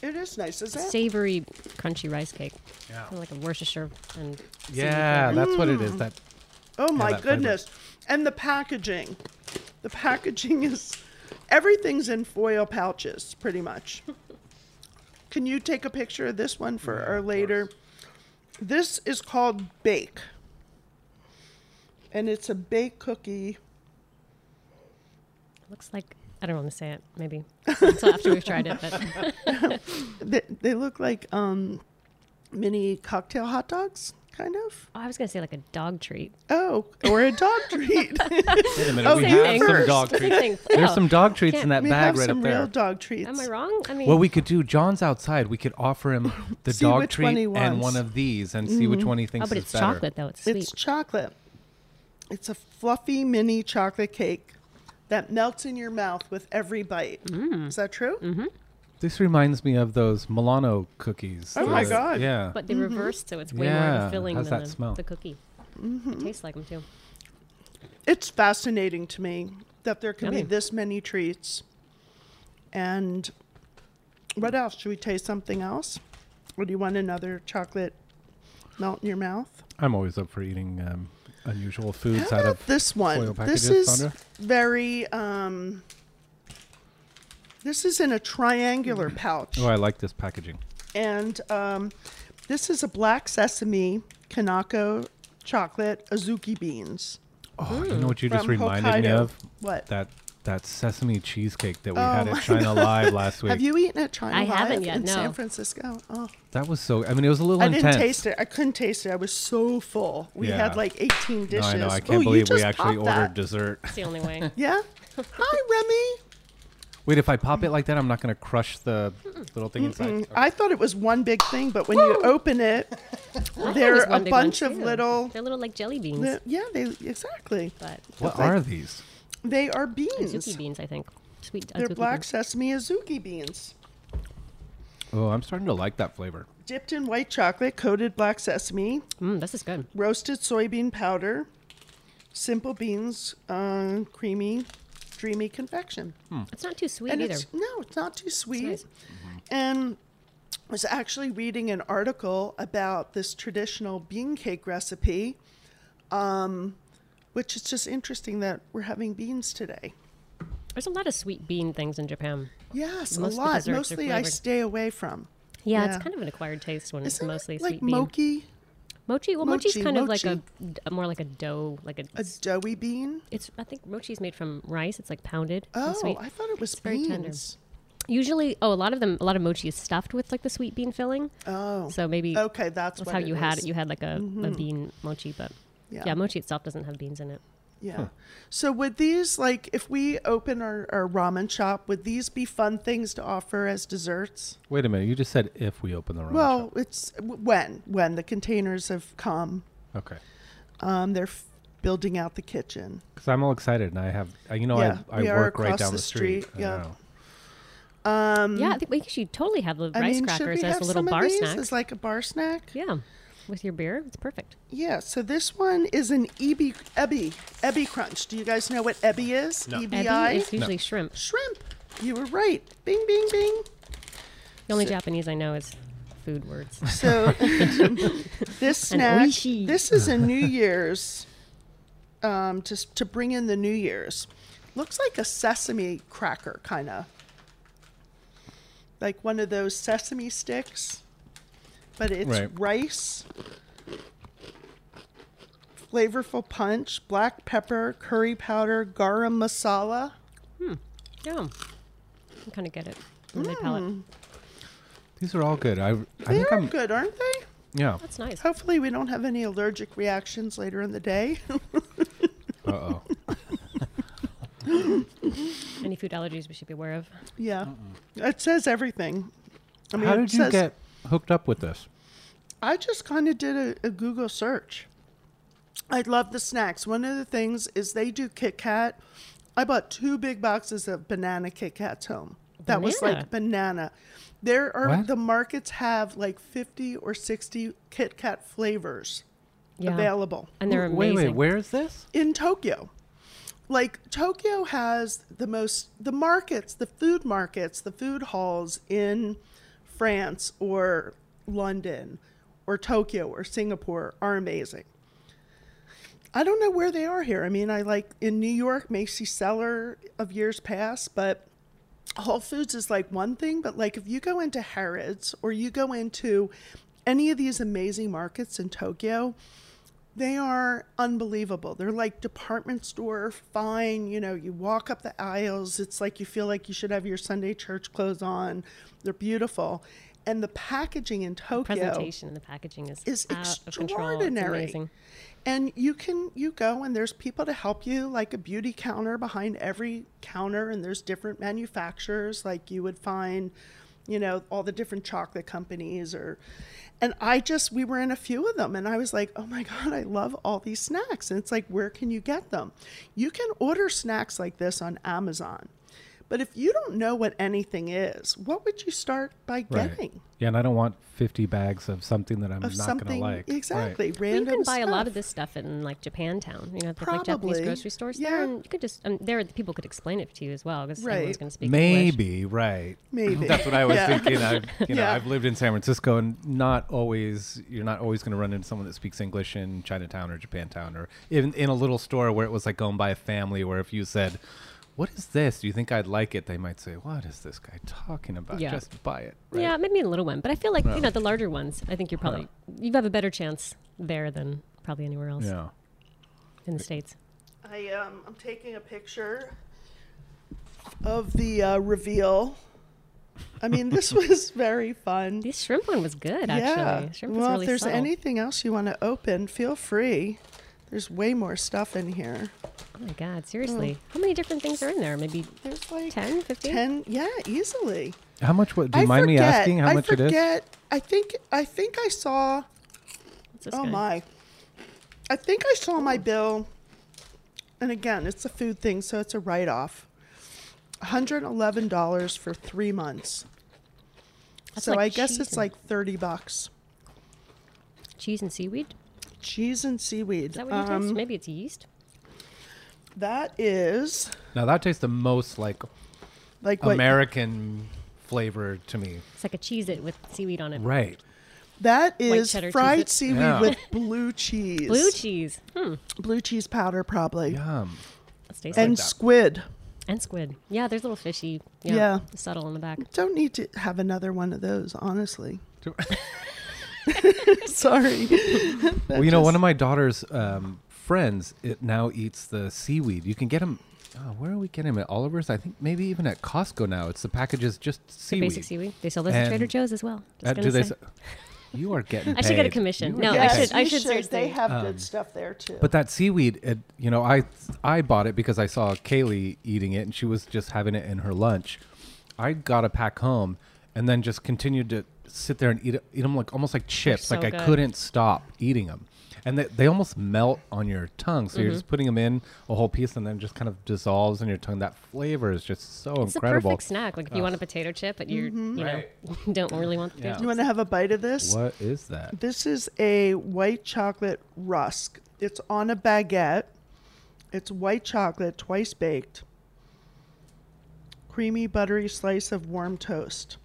Speaker 3: It is nice, isn't it?
Speaker 4: savory, crunchy rice cake.
Speaker 2: Yeah.
Speaker 4: Kind of like a Worcestershire and seaweed
Speaker 2: Yeah,
Speaker 4: flavor.
Speaker 2: that's what it is. That
Speaker 3: Oh my
Speaker 2: that flavor.
Speaker 3: goodness. And the packaging. The packaging is everything's in foil pouches pretty much. Can you take a picture of this one for our later? This is called bake. And it's a bake cookie.
Speaker 4: looks like I don't want to say it. Maybe until after we've tried
Speaker 3: <laughs>
Speaker 4: it. But oh,
Speaker 3: They, they look like um, mini cocktail hot dogs, kind of.
Speaker 4: Oh, I was gonna say like a dog treat.
Speaker 3: Oh, or a dog
Speaker 2: <laughs>
Speaker 3: treat.
Speaker 2: wait a minute.
Speaker 3: Oh,
Speaker 2: we
Speaker 3: same
Speaker 2: have
Speaker 3: thing.
Speaker 2: some
Speaker 3: First.
Speaker 2: dog treats.
Speaker 4: Same thing.
Speaker 2: There's
Speaker 4: Oh,
Speaker 2: some dog treats in
Speaker 4: can't-
Speaker 2: that
Speaker 3: we
Speaker 2: bag
Speaker 3: have
Speaker 2: right
Speaker 3: some
Speaker 2: up there.
Speaker 3: real dog treats.
Speaker 4: Am I wrong? I mean, oh,
Speaker 2: Well, we could do. John's outside. We could offer
Speaker 3: <laughs>
Speaker 2: him the
Speaker 3: See
Speaker 2: dog
Speaker 3: which one
Speaker 2: treat
Speaker 3: he
Speaker 2: and
Speaker 3: wants. Mm-hmm.
Speaker 2: one of these, and see which one he
Speaker 4: oh,
Speaker 2: thinks
Speaker 4: but
Speaker 2: is
Speaker 4: it's
Speaker 2: better.
Speaker 4: chocolate though. It's sweet.
Speaker 3: It's chocolate. It's a fluffy mini chocolate cake that melts in your mouth with every bite.
Speaker 4: Mm.
Speaker 3: Is that true?
Speaker 4: Mm-hmm.
Speaker 2: This reminds me of those Milano cookies.
Speaker 3: Oh my
Speaker 2: the-
Speaker 3: God.
Speaker 2: Yeah.
Speaker 4: but they reversed, so it's way more
Speaker 2: Mm-hmm. Yeah,
Speaker 4: of a filling
Speaker 2: how's
Speaker 4: than
Speaker 2: that
Speaker 4: the,
Speaker 2: smell?
Speaker 4: the cookie. It
Speaker 3: Mm-hmm.
Speaker 4: tastes like them too.
Speaker 3: It's fascinating to me that there can be
Speaker 4: Yummy.
Speaker 3: this many treats. And what else? Should we taste something else? Or do you want another chocolate melt in your mouth?
Speaker 2: I'm always up for eating um, unusual
Speaker 3: How
Speaker 2: foods out
Speaker 3: about
Speaker 2: of.
Speaker 3: this
Speaker 2: foil
Speaker 3: one? This
Speaker 2: packages,
Speaker 3: is
Speaker 2: Sandra?
Speaker 3: very. Um, this is in a triangular pouch.
Speaker 2: Oh, I like this packaging.
Speaker 3: And um, this is a black sesame Kanako chocolate azuki beans.
Speaker 2: Oh, you know what you just
Speaker 3: From
Speaker 2: reminded me
Speaker 3: Hokkaido.
Speaker 2: of?
Speaker 3: What?
Speaker 2: That that sesame cheesecake that we
Speaker 3: Oh
Speaker 2: had
Speaker 3: my
Speaker 2: at
Speaker 3: <laughs>
Speaker 2: China Live last week.
Speaker 3: Have you eaten at China
Speaker 4: I haven't
Speaker 3: Live
Speaker 4: yet,
Speaker 3: in San
Speaker 4: no.
Speaker 3: Francisco? Oh,
Speaker 2: That was so. I mean, it was a little
Speaker 3: I
Speaker 2: intense.
Speaker 3: didn't taste it. I couldn't taste it. I was so full. We
Speaker 2: Yeah.
Speaker 3: had like 18
Speaker 2: No,
Speaker 3: dishes.
Speaker 2: I know. I
Speaker 3: Ooh,
Speaker 2: can't
Speaker 3: you
Speaker 2: believe we
Speaker 3: just
Speaker 2: actually
Speaker 3: popped that.
Speaker 2: ordered dessert.
Speaker 4: It's the only way.
Speaker 3: Yeah. Hi, Remy.
Speaker 2: <laughs> Wait, if I pop it like that, I'm not going to crush the little thing inside.
Speaker 3: I thought it was one big thing, but when you open it,
Speaker 4: <laughs> I thought it
Speaker 3: They're
Speaker 4: was
Speaker 3: a
Speaker 4: one big
Speaker 3: bunch
Speaker 4: one,
Speaker 3: of
Speaker 4: too.
Speaker 3: little-
Speaker 4: They're little like jelly beans,
Speaker 3: the- yeah, they exactly.
Speaker 4: but
Speaker 2: What
Speaker 3: like-
Speaker 2: are these?
Speaker 3: They are
Speaker 4: azuki
Speaker 3: beans.
Speaker 4: beans, I think. Sweet uh,
Speaker 3: They're
Speaker 4: azuki
Speaker 3: black
Speaker 4: beans.
Speaker 3: sesame azuki beans.
Speaker 2: Oh, I'm starting to like that flavor.
Speaker 3: Dipped in white chocolate, coated black sesame,
Speaker 4: Mm, this is good.
Speaker 3: roasted soybean powder, simple beans, uh, creamy, dreamy confection.
Speaker 4: It's not too sweet
Speaker 3: and
Speaker 4: either.
Speaker 3: it's no, it's not too sweet.
Speaker 4: nice.
Speaker 3: And I was actually reading an article about this traditional bean cake recipe, um, which is just interesting that we're having beans today.
Speaker 4: There's a lot of sweet bean things in Japan.
Speaker 3: Yes,
Speaker 4: Most of
Speaker 3: a
Speaker 4: the
Speaker 3: lot.
Speaker 4: desserts are
Speaker 3: Mostly I
Speaker 4: flavored.
Speaker 3: stay away from.
Speaker 4: Yeah,
Speaker 3: Yeah.
Speaker 4: it's kind of an acquired taste when
Speaker 3: Isn't
Speaker 4: it's
Speaker 3: it
Speaker 4: mostly
Speaker 3: like
Speaker 4: sweet bean.
Speaker 3: mochi?
Speaker 4: Mochi. Well, mochi's
Speaker 3: Mochi,
Speaker 4: kind of
Speaker 3: mochi.
Speaker 4: like a, more like a dough, like a.
Speaker 3: A doughy bean?
Speaker 4: it's I think mochi's made from rice. It's like pounded.
Speaker 3: Oh,
Speaker 4: and sweet.
Speaker 3: I thought it was
Speaker 4: very
Speaker 3: beans.
Speaker 4: tender. Usually, oh, a lot of them, a lot of mochi is stuffed with like the sweet bean filling.
Speaker 3: Oh,
Speaker 4: So maybe
Speaker 3: okay, that's,
Speaker 4: that's
Speaker 3: what
Speaker 4: how
Speaker 3: it
Speaker 4: you had
Speaker 3: is. Mm-hmm.
Speaker 4: it. You had like a, a bean mochi, but yeah. mochi itself doesn't have beans in it.
Speaker 3: Yeah. So would these like if we open our, our ramen shop, would these be fun things to offer as desserts?
Speaker 2: Wait a minute. You just said if we open the ramen
Speaker 3: well,
Speaker 2: shop.
Speaker 3: it's w- when when the containers have come,
Speaker 2: Okay.
Speaker 3: um, they're f- building out the kitchen.
Speaker 2: Because I'm all excited and I have, I- you know,
Speaker 3: Yeah,
Speaker 2: I, I
Speaker 3: we are
Speaker 2: work right
Speaker 3: across
Speaker 2: down
Speaker 3: the
Speaker 2: the street.
Speaker 3: street, yeah.
Speaker 2: I know.
Speaker 4: yeah, I think we should totally have the
Speaker 3: Mm-hmm. I
Speaker 4: rice
Speaker 3: mean, should
Speaker 4: crackers
Speaker 3: we
Speaker 4: as
Speaker 3: have
Speaker 4: a little
Speaker 3: some
Speaker 4: bar
Speaker 3: of these
Speaker 4: snack.
Speaker 3: as like a bar snack?
Speaker 4: yeah, with your beer, it's perfect.
Speaker 3: Yeah. So this one is an ebi ebi ebi crunch. Do you guys know what ebi is?
Speaker 2: No.
Speaker 3: EBI
Speaker 4: Ebi is usually shrimp.
Speaker 3: shrimp. You were right. Bing bing bing.
Speaker 4: The only Japanese I know is food words.
Speaker 2: <laughs>
Speaker 4: <laughs>
Speaker 3: So this
Speaker 4: And
Speaker 3: snack,
Speaker 4: oishi.
Speaker 3: this is a New Year's, um, to s- to bring in the New Year's. Looks like a sesame cracker, kind of like one of those sesame sticks, but it's
Speaker 2: Right.
Speaker 3: rice, flavorful punch, black pepper, curry powder, garam masala.
Speaker 4: yeah, I kind of get it on my palate.
Speaker 3: Mm.
Speaker 2: These are all good. I, I
Speaker 3: They
Speaker 2: think
Speaker 3: are
Speaker 2: I'm,
Speaker 3: good, aren't they?
Speaker 2: yeah.
Speaker 4: That's nice.
Speaker 3: Hopefully, we don't have any allergic reactions later in the day.
Speaker 2: Uh oh.
Speaker 4: Any food allergies we should be aware of?
Speaker 3: Yeah. It says everything. <laughs> I
Speaker 2: How
Speaker 3: it
Speaker 2: did you
Speaker 3: says-
Speaker 2: get hooked up with this?
Speaker 3: I just kind of did a, a Google search. I love the snacks. One of the things is they do Kit Kat. I bought two big boxes of banana Kit Kats home. That was like banana. There are
Speaker 2: What?
Speaker 3: the markets have like 50 or 60 Kit Kat flavors
Speaker 4: Yeah,
Speaker 3: available
Speaker 4: and they're
Speaker 2: wait,
Speaker 4: amazing.
Speaker 2: wait. Where is this?
Speaker 3: in Tokyo. Like Tokyo has the most the markets, the food markets, the food halls in France or London or Tokyo or Singapore are amazing. I don't know where they are here. I mean, I like in New York, Macy's Cellar of years past, but Whole Foods is like one thing, but like if you go into Harrods or you go into any of these amazing markets in Tokyo, they are unbelievable. They're like department store fine. You know, you walk up the aisles. It's like you feel like you should have your Sunday church clothes on. They're beautiful. And the packaging in Tokyo
Speaker 4: Presentation and the packaging is,
Speaker 3: is
Speaker 4: out of control. It's
Speaker 3: extraordinary.
Speaker 4: amazing.
Speaker 3: And you can you go and there's people to help you, like a beauty counter behind every counter, and there's different manufacturers. Like you would find, you know, all the different chocolate companies or and I just we were in a few of them and I was like, Oh my god, I love all these snacks. And it's like, where can you get them? You can order snacks like this on Amazon. But if you don't know what anything is, what would you start by getting?
Speaker 2: Yeah, and I don't want 50 bags of something that I'm not going
Speaker 3: Of
Speaker 2: to
Speaker 3: something
Speaker 2: like. Right.
Speaker 3: exactly
Speaker 4: Well,
Speaker 3: random.
Speaker 4: you can buy a lot of
Speaker 3: stuff.
Speaker 4: this stuff in like Japantown. You know, there's like Japanese
Speaker 3: Probably.
Speaker 4: grocery stores there,
Speaker 3: Yeah.
Speaker 4: and you could just um, there the people could explain it to you as well because everyone's
Speaker 3: Right.
Speaker 4: going to speak English.
Speaker 2: Maybe, right.
Speaker 3: Maybe.
Speaker 2: That's what I was
Speaker 3: Yeah.
Speaker 2: thinking. I, you know,
Speaker 3: Yeah.
Speaker 2: I've lived in San Francisco, and not always you're not always going to run into someone that speaks English in Chinatown or Japantown, or in in a little store where it was like owned by a family. Where if you said, "What is this? Do you think I'd like it?" They might say, "What is this guy talking about?
Speaker 4: Yeah.
Speaker 2: Just buy it." Right?
Speaker 4: Yeah, maybe a little one, but I feel like you know the larger ones. I think you're probably you have a better chance there than probably anywhere else
Speaker 2: Yeah.
Speaker 4: in the states.
Speaker 3: <laughs> I um, I'm taking a picture of the uh, reveal. I
Speaker 2: <laughs>
Speaker 3: mean, this was very fun.
Speaker 4: This shrimp one was good
Speaker 3: yeah.
Speaker 4: actually. Shrimp was
Speaker 3: well,
Speaker 4: really
Speaker 3: if there's
Speaker 4: subtle.
Speaker 3: anything else you want to open, feel free. There's way more stuff in here.
Speaker 4: Oh my god,
Speaker 3: Mm.
Speaker 4: seriously, how many different things are in there? Maybe
Speaker 3: There's like
Speaker 4: 10, 15?
Speaker 3: 10 yeah, easily.
Speaker 2: How much? What? Do you
Speaker 3: I
Speaker 2: mind
Speaker 3: forget,
Speaker 2: me asking how
Speaker 3: I
Speaker 2: much
Speaker 3: forget,
Speaker 2: it is?
Speaker 3: I think I think I saw
Speaker 4: What's this
Speaker 3: Oh
Speaker 4: guy?
Speaker 3: my. I think I saw my bill. And again, it's a food thing, so it's a write off. $111 for three months.
Speaker 4: That's
Speaker 3: so
Speaker 4: like
Speaker 3: I guess
Speaker 4: cheese
Speaker 3: it's
Speaker 4: and-
Speaker 3: like 30 bucks.
Speaker 4: cheese and seaweed.
Speaker 3: Cheese and seaweed. Um,
Speaker 4: Is that what you taste? Maybe it's yeast.
Speaker 3: that is
Speaker 2: Now that tastes the most like
Speaker 3: like what
Speaker 2: American flavor to me.
Speaker 4: It's like a cheese it with seaweed on it.
Speaker 2: Right.
Speaker 3: that is
Speaker 4: cheddar cheese
Speaker 3: fried
Speaker 4: it-
Speaker 3: seaweed
Speaker 2: Yeah.
Speaker 3: with blue cheese.
Speaker 4: Blue cheese. Hmm.
Speaker 3: Blue cheese powder probably.
Speaker 2: Yum.
Speaker 4: That's tasty.
Speaker 3: And
Speaker 2: that.
Speaker 3: squid.
Speaker 4: And squid. Yeah, there's little fishy. Yeah.
Speaker 3: Yeah.
Speaker 4: Subtle in the
Speaker 2: <laughs>
Speaker 4: back.
Speaker 3: Don't need to have another one of those, honestly. <laughs> Sorry.
Speaker 2: well, you know, one of my daughter's um, friends it now eats the seaweed. You can get them. Oh, where are we getting 'em? At Oliver's? I think maybe even at Costco now. It's the packages just
Speaker 4: The
Speaker 2: seaweed.
Speaker 4: basic seaweed. They sell those at Trader
Speaker 2: And-
Speaker 4: Joe's as well.
Speaker 2: Uh,
Speaker 4: Just
Speaker 2: do
Speaker 4: gonna
Speaker 2: they?
Speaker 4: say.
Speaker 2: s- you are getting.
Speaker 4: I should get a
Speaker 2: paid.
Speaker 4: commission.
Speaker 2: You are
Speaker 4: No, I
Speaker 2: getting
Speaker 4: should-
Speaker 2: paid.
Speaker 4: I should seriously-
Speaker 3: They have good stuff there too.
Speaker 2: Um, But that seaweed, it, you know, I I bought it because I saw Kaylee eating it and she was just having it in her lunch. I got a pack home and then just continued to sit there and eat it, eat them like almost like chips.
Speaker 4: so
Speaker 2: like I
Speaker 4: good.
Speaker 2: couldn't stop eating them, and they, they almost melt on your tongue. So
Speaker 4: Mm-hmm.
Speaker 2: you're just putting them in a whole piece and then just kind of dissolves in your tongue. That flavor is just so
Speaker 4: It's
Speaker 2: incredible.
Speaker 4: a perfect snack. Like if you want a potato chip, but you're
Speaker 3: Mm-hmm.
Speaker 4: <laughs> you know don't really want potato
Speaker 2: Yeah.
Speaker 3: you
Speaker 4: chips.
Speaker 3: want to have a bite of this?
Speaker 2: What is that?
Speaker 3: This is a white chocolate rusk. It's on a baguette. It's white chocolate, twice baked. Creamy, buttery slice of warm toast.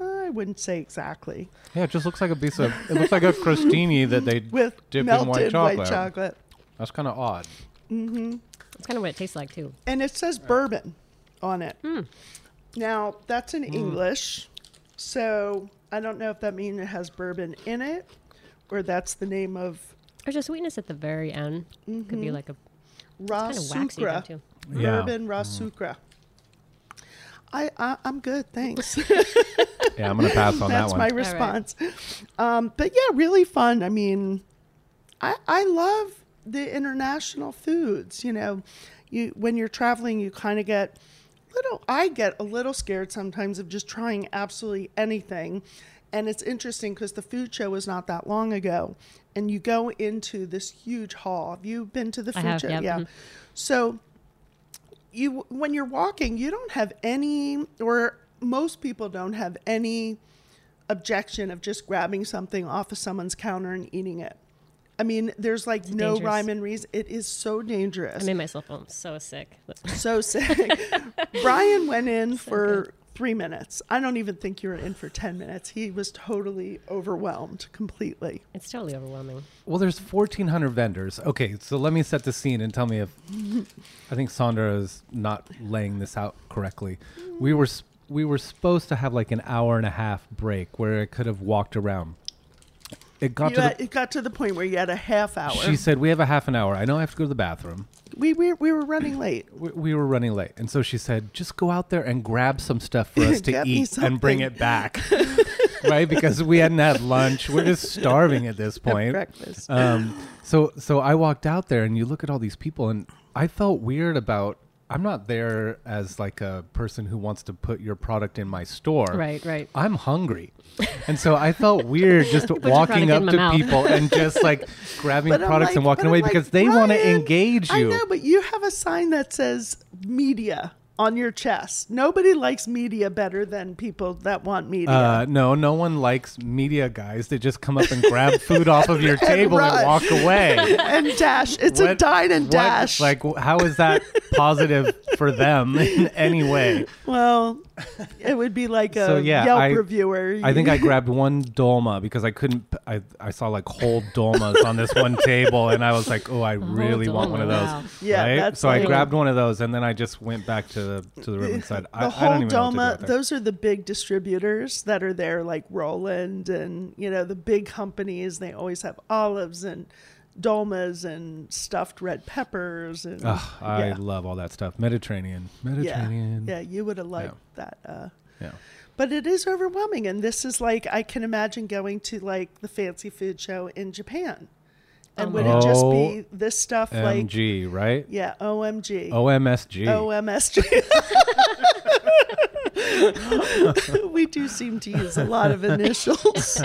Speaker 3: I wouldn't say exactly.
Speaker 2: Yeah, it just looks like a piece of. It looks like a crostini that
Speaker 4: <laughs>
Speaker 2: they
Speaker 3: With
Speaker 2: dipped in
Speaker 3: melted
Speaker 2: white chocolate.
Speaker 3: chocolate.
Speaker 2: That's kind of odd.
Speaker 4: That's kind of what it tastes like too.
Speaker 3: And it says bourbon on it. Now, that's in English. So I don't know if that means it has bourbon in it or that's the name of
Speaker 4: There's a sweetness at the very end. Could be like a
Speaker 3: Ra
Speaker 4: kind of waxy though,
Speaker 3: Mm-hmm. Sucra.
Speaker 4: too.
Speaker 2: Yeah.
Speaker 3: Bourbon Ra Sucra. I, I, I'm good, thanks. <laughs>
Speaker 2: Yeah, I'm gonna pass on
Speaker 3: That's
Speaker 2: that one.
Speaker 3: my response. Um, but yeah, really fun. I mean, I I love the international foods. You know, you when you're traveling, you kind of get little. I get a little scared sometimes of just trying absolutely anything. And it's interesting because the food show was not that long ago, and you go into this huge hall. Have you been to the
Speaker 4: I
Speaker 3: food
Speaker 4: have,
Speaker 3: show?
Speaker 4: yep,
Speaker 3: Yeah.
Speaker 4: mhm.
Speaker 3: So you when you're walking, you don't have any, or most people don't have any objection of just grabbing something off of someone's counter and eating it. I mean, there's like no
Speaker 4: dangerous.
Speaker 3: rhyme and reason. It is so dangerous.
Speaker 4: I made myself I'm so sick.
Speaker 3: so
Speaker 4: <laughs>
Speaker 3: sick. <laughs> Brian went in for three minutes. I don't even think you were in for 10 minutes. He was totally overwhelmed completely.
Speaker 4: It's totally overwhelming.
Speaker 2: Well, there's 1,400 vendors. Okay, so let me set the scene and tell me if I think Sandra is not laying this out correctly. We were s- we were supposed to have like an hour and a half break where I could have walked around. It got
Speaker 3: You
Speaker 2: to
Speaker 3: had- it got to the point where you had a half hour.
Speaker 2: the. She said we have a half an hour. I know I have to go to the bathroom.
Speaker 3: we, we, we were running late.
Speaker 2: We, we were running late, and so she said, "Just go out there and grab some stuff for
Speaker 3: <laughs>
Speaker 2: us to
Speaker 3: Get me
Speaker 2: eat and bring
Speaker 3: something."
Speaker 2: it
Speaker 3: <laughs>
Speaker 2: back." right, because we hadn't had lunch. We're just starving at this point.
Speaker 3: breakfast.
Speaker 2: um, so so I walked out there, and you look at all these people, and I felt weird about. I'm not there as like a person who wants to put your product in my store.
Speaker 4: Right, right.
Speaker 2: I'm hungry, and so I felt weird
Speaker 4: <laughs>
Speaker 2: just walking
Speaker 4: product
Speaker 2: up
Speaker 4: in my
Speaker 2: to
Speaker 4: mouth.
Speaker 2: people and just
Speaker 4: <laughs>
Speaker 2: like grabbing
Speaker 3: But I'm
Speaker 2: products and
Speaker 3: like-
Speaker 2: walking
Speaker 3: but I'm
Speaker 2: away
Speaker 3: like,
Speaker 2: because they want to
Speaker 3: "Brian,
Speaker 2: engage you.
Speaker 3: I know, but you have a sign that says media on your chest. Nobody likes media better than people that want media.
Speaker 2: Uh, no, no one likes media guys that just come up and grab food off
Speaker 3: <laughs>
Speaker 2: of your table and,
Speaker 3: run.
Speaker 2: walk
Speaker 3: <laughs>
Speaker 2: away.
Speaker 3: and dash. It's a
Speaker 2: What-
Speaker 3: dine and
Speaker 2: what-
Speaker 3: dash.
Speaker 2: Like, wh- how is that positive for them <laughs> in any way?
Speaker 3: well, it would be like a
Speaker 2: So, yeah,
Speaker 3: Yelp
Speaker 2: I-
Speaker 3: reviewer.
Speaker 2: I think I grabbed one dolma because I couldn't. p- I, I saw like whole dolmas on this one table, and I was like, "Oh, I really want
Speaker 4: dolma,
Speaker 2: one of those."
Speaker 4: wow.
Speaker 3: Yeah, that's
Speaker 2: so I
Speaker 3: like-
Speaker 2: grabbed one of those, and then I just went back to the to the room and said,
Speaker 3: the
Speaker 2: I,
Speaker 3: whole
Speaker 2: "I don't even know what
Speaker 3: Doma.
Speaker 2: to do out there."
Speaker 3: Those are the big distributors that are there, like Roland and you know the big companies. They always have olives and dolmas and stuffed red peppers and
Speaker 2: Ugh, I
Speaker 3: yeah.
Speaker 2: love all that stuff. Mediterranean,
Speaker 3: yeah,
Speaker 2: Mediterranean.
Speaker 3: yeah, you would have liked that. Uh,
Speaker 2: yeah.
Speaker 3: but it is overwhelming and this is like i can imagine going to like the fancy food show in japan and
Speaker 4: Oh
Speaker 3: would
Speaker 4: my
Speaker 3: it just
Speaker 2: God.
Speaker 3: be this stuff like
Speaker 2: MG, right?
Speaker 3: yeah omg
Speaker 2: OMSG.
Speaker 3: omsg <laughs> we do seem to use a lot of initials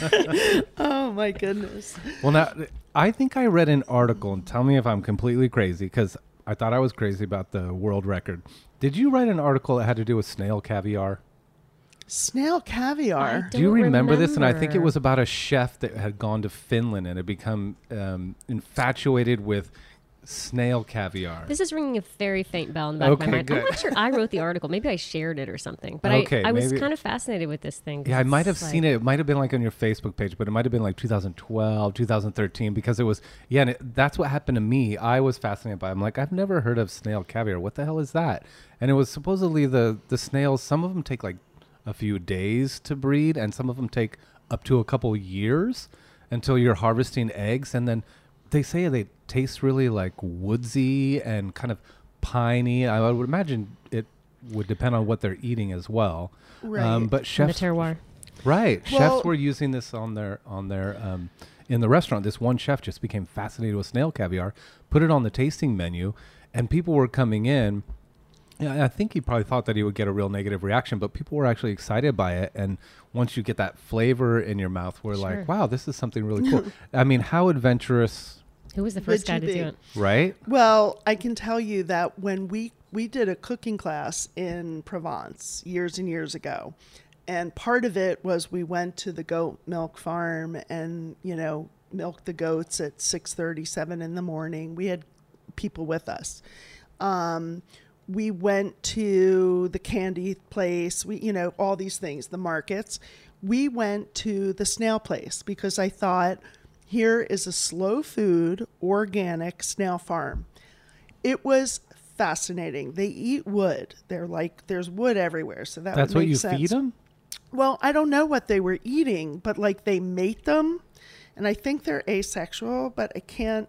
Speaker 3: <laughs> oh my goodness
Speaker 2: Well, now I think I read an article, and tell me if I'm completely crazy, because I thought I was crazy about the world record. Did you write an article that had to do with snail caviar?
Speaker 3: snail caviar
Speaker 4: I
Speaker 2: Do you
Speaker 4: Don't
Speaker 2: remember, this? And I think it
Speaker 4: remember.
Speaker 2: was about a chef that had gone to Finland and had become um, infatuated with snail caviar.
Speaker 4: This is ringing a very faint bell in the back of
Speaker 2: Okay,
Speaker 4: my mind. I'm
Speaker 2: good.
Speaker 4: not sure I wrote the article. Maybe I shared it or something. But
Speaker 2: Okay,
Speaker 4: I, I was
Speaker 2: maybe-
Speaker 4: kind of fascinated with this thing. 'cause
Speaker 2: Yeah, I might have
Speaker 4: it's
Speaker 2: seen
Speaker 4: like-
Speaker 2: it. It might have been like on your Facebook page, but it might have been like 2012, 2013, because it was, yeah, and it, that's what happened to me. I was fascinated by it. I'm like, I've never heard of snail caviar. What the hell is that? And it was supposedly the, the snails, some of them take like a few days to breed, and some of them take up to a couple years until you're harvesting eggs and then they say they taste really like woodsy and kind of piney i would imagine it would depend on what they're eating as well Um,
Speaker 3: Right.
Speaker 2: but
Speaker 4: in the
Speaker 2: chefs
Speaker 4: terroir.
Speaker 2: right
Speaker 3: Well-
Speaker 2: chefs were using this on their on their um, in the restaurant this one chef just became fascinated with snail caviar put it on the tasting menu and people were coming in yeah, I think he probably thought that he would get a real negative reaction, but people were actually excited by it. And once you get that flavor in your mouth, we're
Speaker 4: Sure.
Speaker 2: like, wow, this is something really
Speaker 3: <laughs>
Speaker 2: cool. I mean, how adventurous,
Speaker 4: Who was the first guy
Speaker 3: you
Speaker 4: to
Speaker 3: be?
Speaker 4: do it?
Speaker 2: right?
Speaker 3: Well, I can tell you that when we we did a cooking class in Provence years and years ago, and part of it was we went to the goat milk farm and you know milked the goats at six thirty seven in the morning. We had people with us. Um, we went to the candy place. We you know all these things, the markets. We went to the snail place because I thought here is a slow food organic snail farm. It was fascinating. They eat wood. They're like there's wood everywhere, so that
Speaker 2: That's what
Speaker 3: would make
Speaker 2: you
Speaker 3: sense.
Speaker 2: feed them?
Speaker 3: Well, I don't know what they were eating, but like they mate them, and I think they're asexual, but I can't.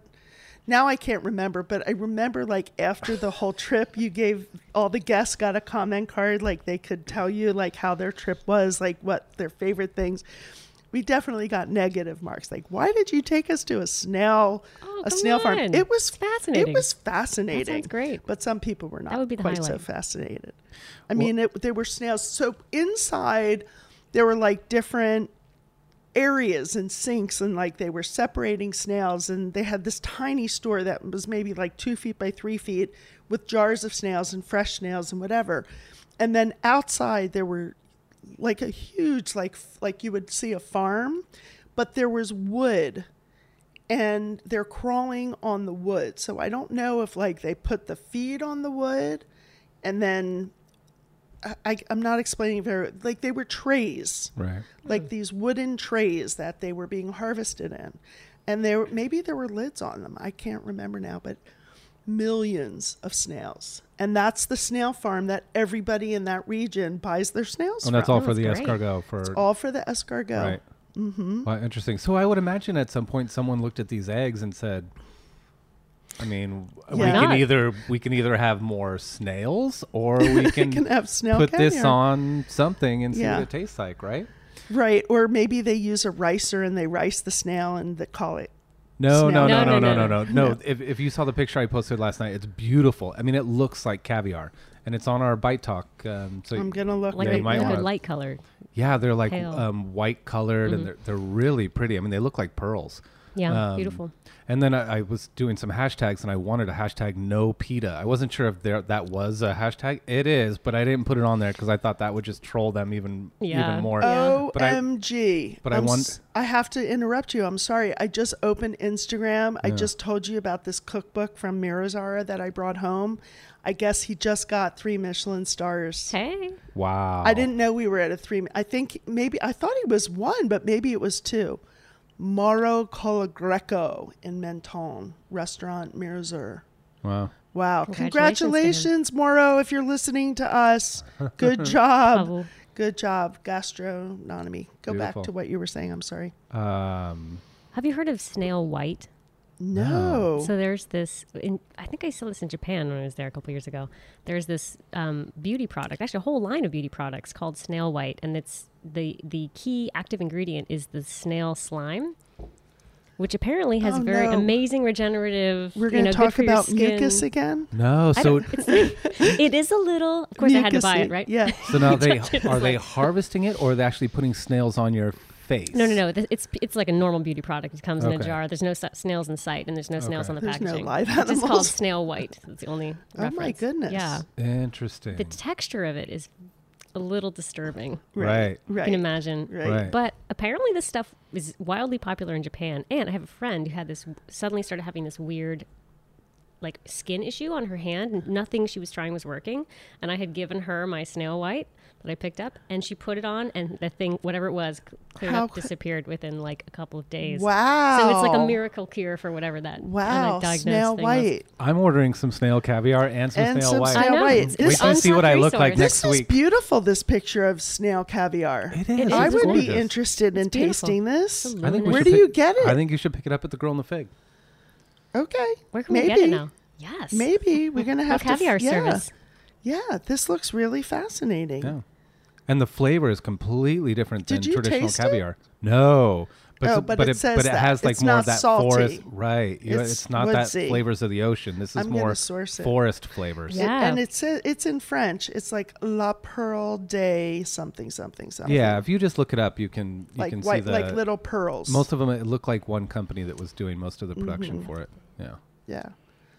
Speaker 3: Now I can't remember, but I remember like after the whole trip, you gave all the guests got a comment card, like they could tell you like how their trip was, like what their favorite things. We definitely got negative marks, like why did you take us to a snail,
Speaker 4: Oh,
Speaker 3: a
Speaker 4: come
Speaker 3: snail farm?
Speaker 4: on.
Speaker 3: It was
Speaker 4: It's fascinating.
Speaker 3: It was fascinating.
Speaker 4: great.
Speaker 3: But some people were not
Speaker 4: would be the
Speaker 3: quite so
Speaker 4: highlight.
Speaker 3: fascinated. I mean, it, there were snails. So inside, there were like different areas and sinks, and like they were separating snails. And they had this tiny store that was maybe like two feet by three feet with jars of snails and fresh snails and whatever. And then outside, there were like a huge, like like you would see a farm, but there was wood and they're crawling on the wood. So I don't know if like they put the feed on the wood and then I, I, I'm not explaining very like they were trays,
Speaker 2: Right.
Speaker 3: like these wooden trays that they were being harvested in. And there maybe there were lids on them. I can't remember now, but millions of snails. And that's the snail farm that everybody in that region buys their snails
Speaker 2: And that's
Speaker 3: from.
Speaker 2: all
Speaker 4: Oh,
Speaker 2: for the
Speaker 4: that's great.
Speaker 2: escargot for
Speaker 3: all for the escargot. <laughs>
Speaker 2: Right. Mm-hmm. Wow, interesting. So I would imagine at some point someone looked at these eggs and said, "I mean, we
Speaker 3: Why
Speaker 2: can
Speaker 4: not?
Speaker 2: either we can either have more snails
Speaker 3: <laughs>
Speaker 2: or we can,
Speaker 3: can have snail
Speaker 2: put this
Speaker 3: caviar.
Speaker 2: on something and see
Speaker 3: Yeah.
Speaker 2: what it tastes like." Right?
Speaker 3: Right, or maybe they use a ricer and they rice the snail and they call it.
Speaker 2: No, no, no,
Speaker 3: Snail.
Speaker 2: no, no, no, no, no. If if you saw the picture I posted last night, it's beautiful. I mean, it looks like caviar, and it's on our bite talk. Um, so
Speaker 3: I'm gonna look.
Speaker 4: Like
Speaker 2: Yeah,
Speaker 4: a,
Speaker 2: you might
Speaker 4: like a
Speaker 2: wanna-
Speaker 4: light color.
Speaker 2: Yeah, they're like
Speaker 4: Pale. Mm-hmm.
Speaker 2: um, white colored and they're, they're really pretty. I mean, they look like pearls. Um,
Speaker 4: Yeah, beautiful.
Speaker 2: And then I, I was doing some hashtags and I wanted a hashtag no PETA. I wasn't sure if there that was a hashtag. It is, but I didn't put it on there because I thought that would just troll them even
Speaker 4: Yeah.
Speaker 2: even more.
Speaker 4: Yeah.
Speaker 2: But I-
Speaker 3: Omg!
Speaker 2: but I
Speaker 3: I'm
Speaker 2: want-
Speaker 3: s- I have to interrupt you. I'm sorry. I just opened Instagram. I just told you about this cookbook from Mirazara that I brought home. I guess he just got three Michelin stars.
Speaker 4: Hey,
Speaker 2: Wow.
Speaker 3: I didn't know we were at a three. I think maybe I thought he was one, but maybe it was two. Mauro Colagreco in Menton restaurant Mirazur.
Speaker 2: Wow.
Speaker 3: Wow.
Speaker 4: Congratulations to him.
Speaker 3: Congratulations, Morrow, if you're listening to us.
Speaker 4: <laughs>
Speaker 3: Good job.
Speaker 4: Bravo.
Speaker 3: Good job, gastronomy. Go
Speaker 2: Beautiful.
Speaker 3: back to what you were saying. I'm sorry.
Speaker 2: Um,
Speaker 4: have you heard of snail white?
Speaker 3: No.
Speaker 4: So there's this. In, I think I saw this in Japan when I was there a couple years ago. There's this um, beauty product, actually a whole line of beauty products called Snail White, and it's the the key active ingredient is the snail slime, which apparently has
Speaker 3: Oh,
Speaker 4: very
Speaker 3: no.
Speaker 4: amazing regenerative.
Speaker 3: we're
Speaker 4: going to
Speaker 3: talk about mucus
Speaker 4: mucus.
Speaker 3: again?
Speaker 2: no. So
Speaker 3: <laughs>
Speaker 4: It is a little. Of course, I had to buy
Speaker 3: Mucusy.
Speaker 4: it, right? <laughs>
Speaker 3: Yeah.
Speaker 2: <laughs>
Speaker 3: Oh,
Speaker 2: so now they are they harvesting it or are they actually putting snails on your face?
Speaker 4: No, no, no. th- It's it's like a normal beauty product. It comes in a
Speaker 2: Okay.
Speaker 4: jar. There's no s- snails in sight, and there's no snails on the
Speaker 3: There's no
Speaker 4: packaging.
Speaker 3: live
Speaker 4: It's just called
Speaker 3: animals.
Speaker 4: Snail White. That's the only.
Speaker 3: Oh, my
Speaker 4: reference.
Speaker 3: goodness.
Speaker 4: Yeah.
Speaker 2: Interesting.
Speaker 4: the texture of it is a little disturbing.
Speaker 2: Right.
Speaker 4: I
Speaker 3: Right.
Speaker 4: can imagine.
Speaker 3: Right.
Speaker 2: Right.
Speaker 4: But apparently, this stuff is wildly popular in Japan. And I have a friend who had this suddenly started having this weird like skin issue on her hand. and Nothing she was trying was working, and I had given her my snail white that I picked up, and she put it on, and the thing, whatever it was, c- cleared
Speaker 3: How
Speaker 4: up,
Speaker 3: cr-
Speaker 4: disappeared within like a couple of days.
Speaker 3: Wow.
Speaker 4: So it's like a miracle cure for whatever that uh,
Speaker 3: Wow.
Speaker 4: diagnosed
Speaker 3: Snail
Speaker 4: thing was.
Speaker 3: white.
Speaker 2: I'm ordering some snail caviar and some
Speaker 3: And
Speaker 2: snail
Speaker 3: some
Speaker 2: white.
Speaker 3: snail I know. white.
Speaker 2: Wait
Speaker 3: This
Speaker 2: till you see what I look like
Speaker 4: untapped
Speaker 2: next
Speaker 3: This is
Speaker 2: week.
Speaker 3: beautiful. This picture of snail caviar.
Speaker 2: It is.
Speaker 3: I
Speaker 4: It's
Speaker 3: would be
Speaker 2: gorgeous.
Speaker 3: interested in
Speaker 4: It's beautiful.
Speaker 3: tasting this.
Speaker 4: It's
Speaker 2: I think we
Speaker 3: Where
Speaker 2: should
Speaker 3: do
Speaker 2: pick-
Speaker 3: you get it?
Speaker 2: I think you should pick it up at the Girl in the Fig.
Speaker 3: Okay.
Speaker 4: Where can we get it now? Yes.
Speaker 3: Maybe we're gonna
Speaker 4: Our
Speaker 3: have
Speaker 4: caviar
Speaker 3: to, f- yeah.
Speaker 4: service.
Speaker 3: Yeah, this looks really fascinating.
Speaker 2: Yeah. And the flavor is completely different
Speaker 3: Did
Speaker 2: than
Speaker 3: you
Speaker 2: traditional
Speaker 3: taste it?
Speaker 2: caviar. No. But,
Speaker 3: Oh,
Speaker 2: so-
Speaker 3: but
Speaker 2: but
Speaker 3: it
Speaker 2: it,
Speaker 3: says
Speaker 2: but it
Speaker 3: that.
Speaker 2: has like
Speaker 3: It's
Speaker 2: more
Speaker 3: not
Speaker 2: of that
Speaker 3: salty.
Speaker 2: forest, right? You know,
Speaker 3: It's
Speaker 2: It's, not that
Speaker 3: woodsy.
Speaker 2: flavors of the ocean. This is
Speaker 3: I'm gonna
Speaker 2: more
Speaker 3: source it.
Speaker 2: forest flavors.
Speaker 4: Yeah.
Speaker 3: And it's uh, it's in French. It's like La Pearl de something something something.
Speaker 2: Yeah, if you just look it up, you can you
Speaker 3: like
Speaker 2: can see
Speaker 3: white,
Speaker 2: the
Speaker 3: like little pearls.
Speaker 2: most of them. It looked like one company that was doing most of the production
Speaker 3: Mm-hmm.
Speaker 2: for it. Yeah,
Speaker 3: yeah,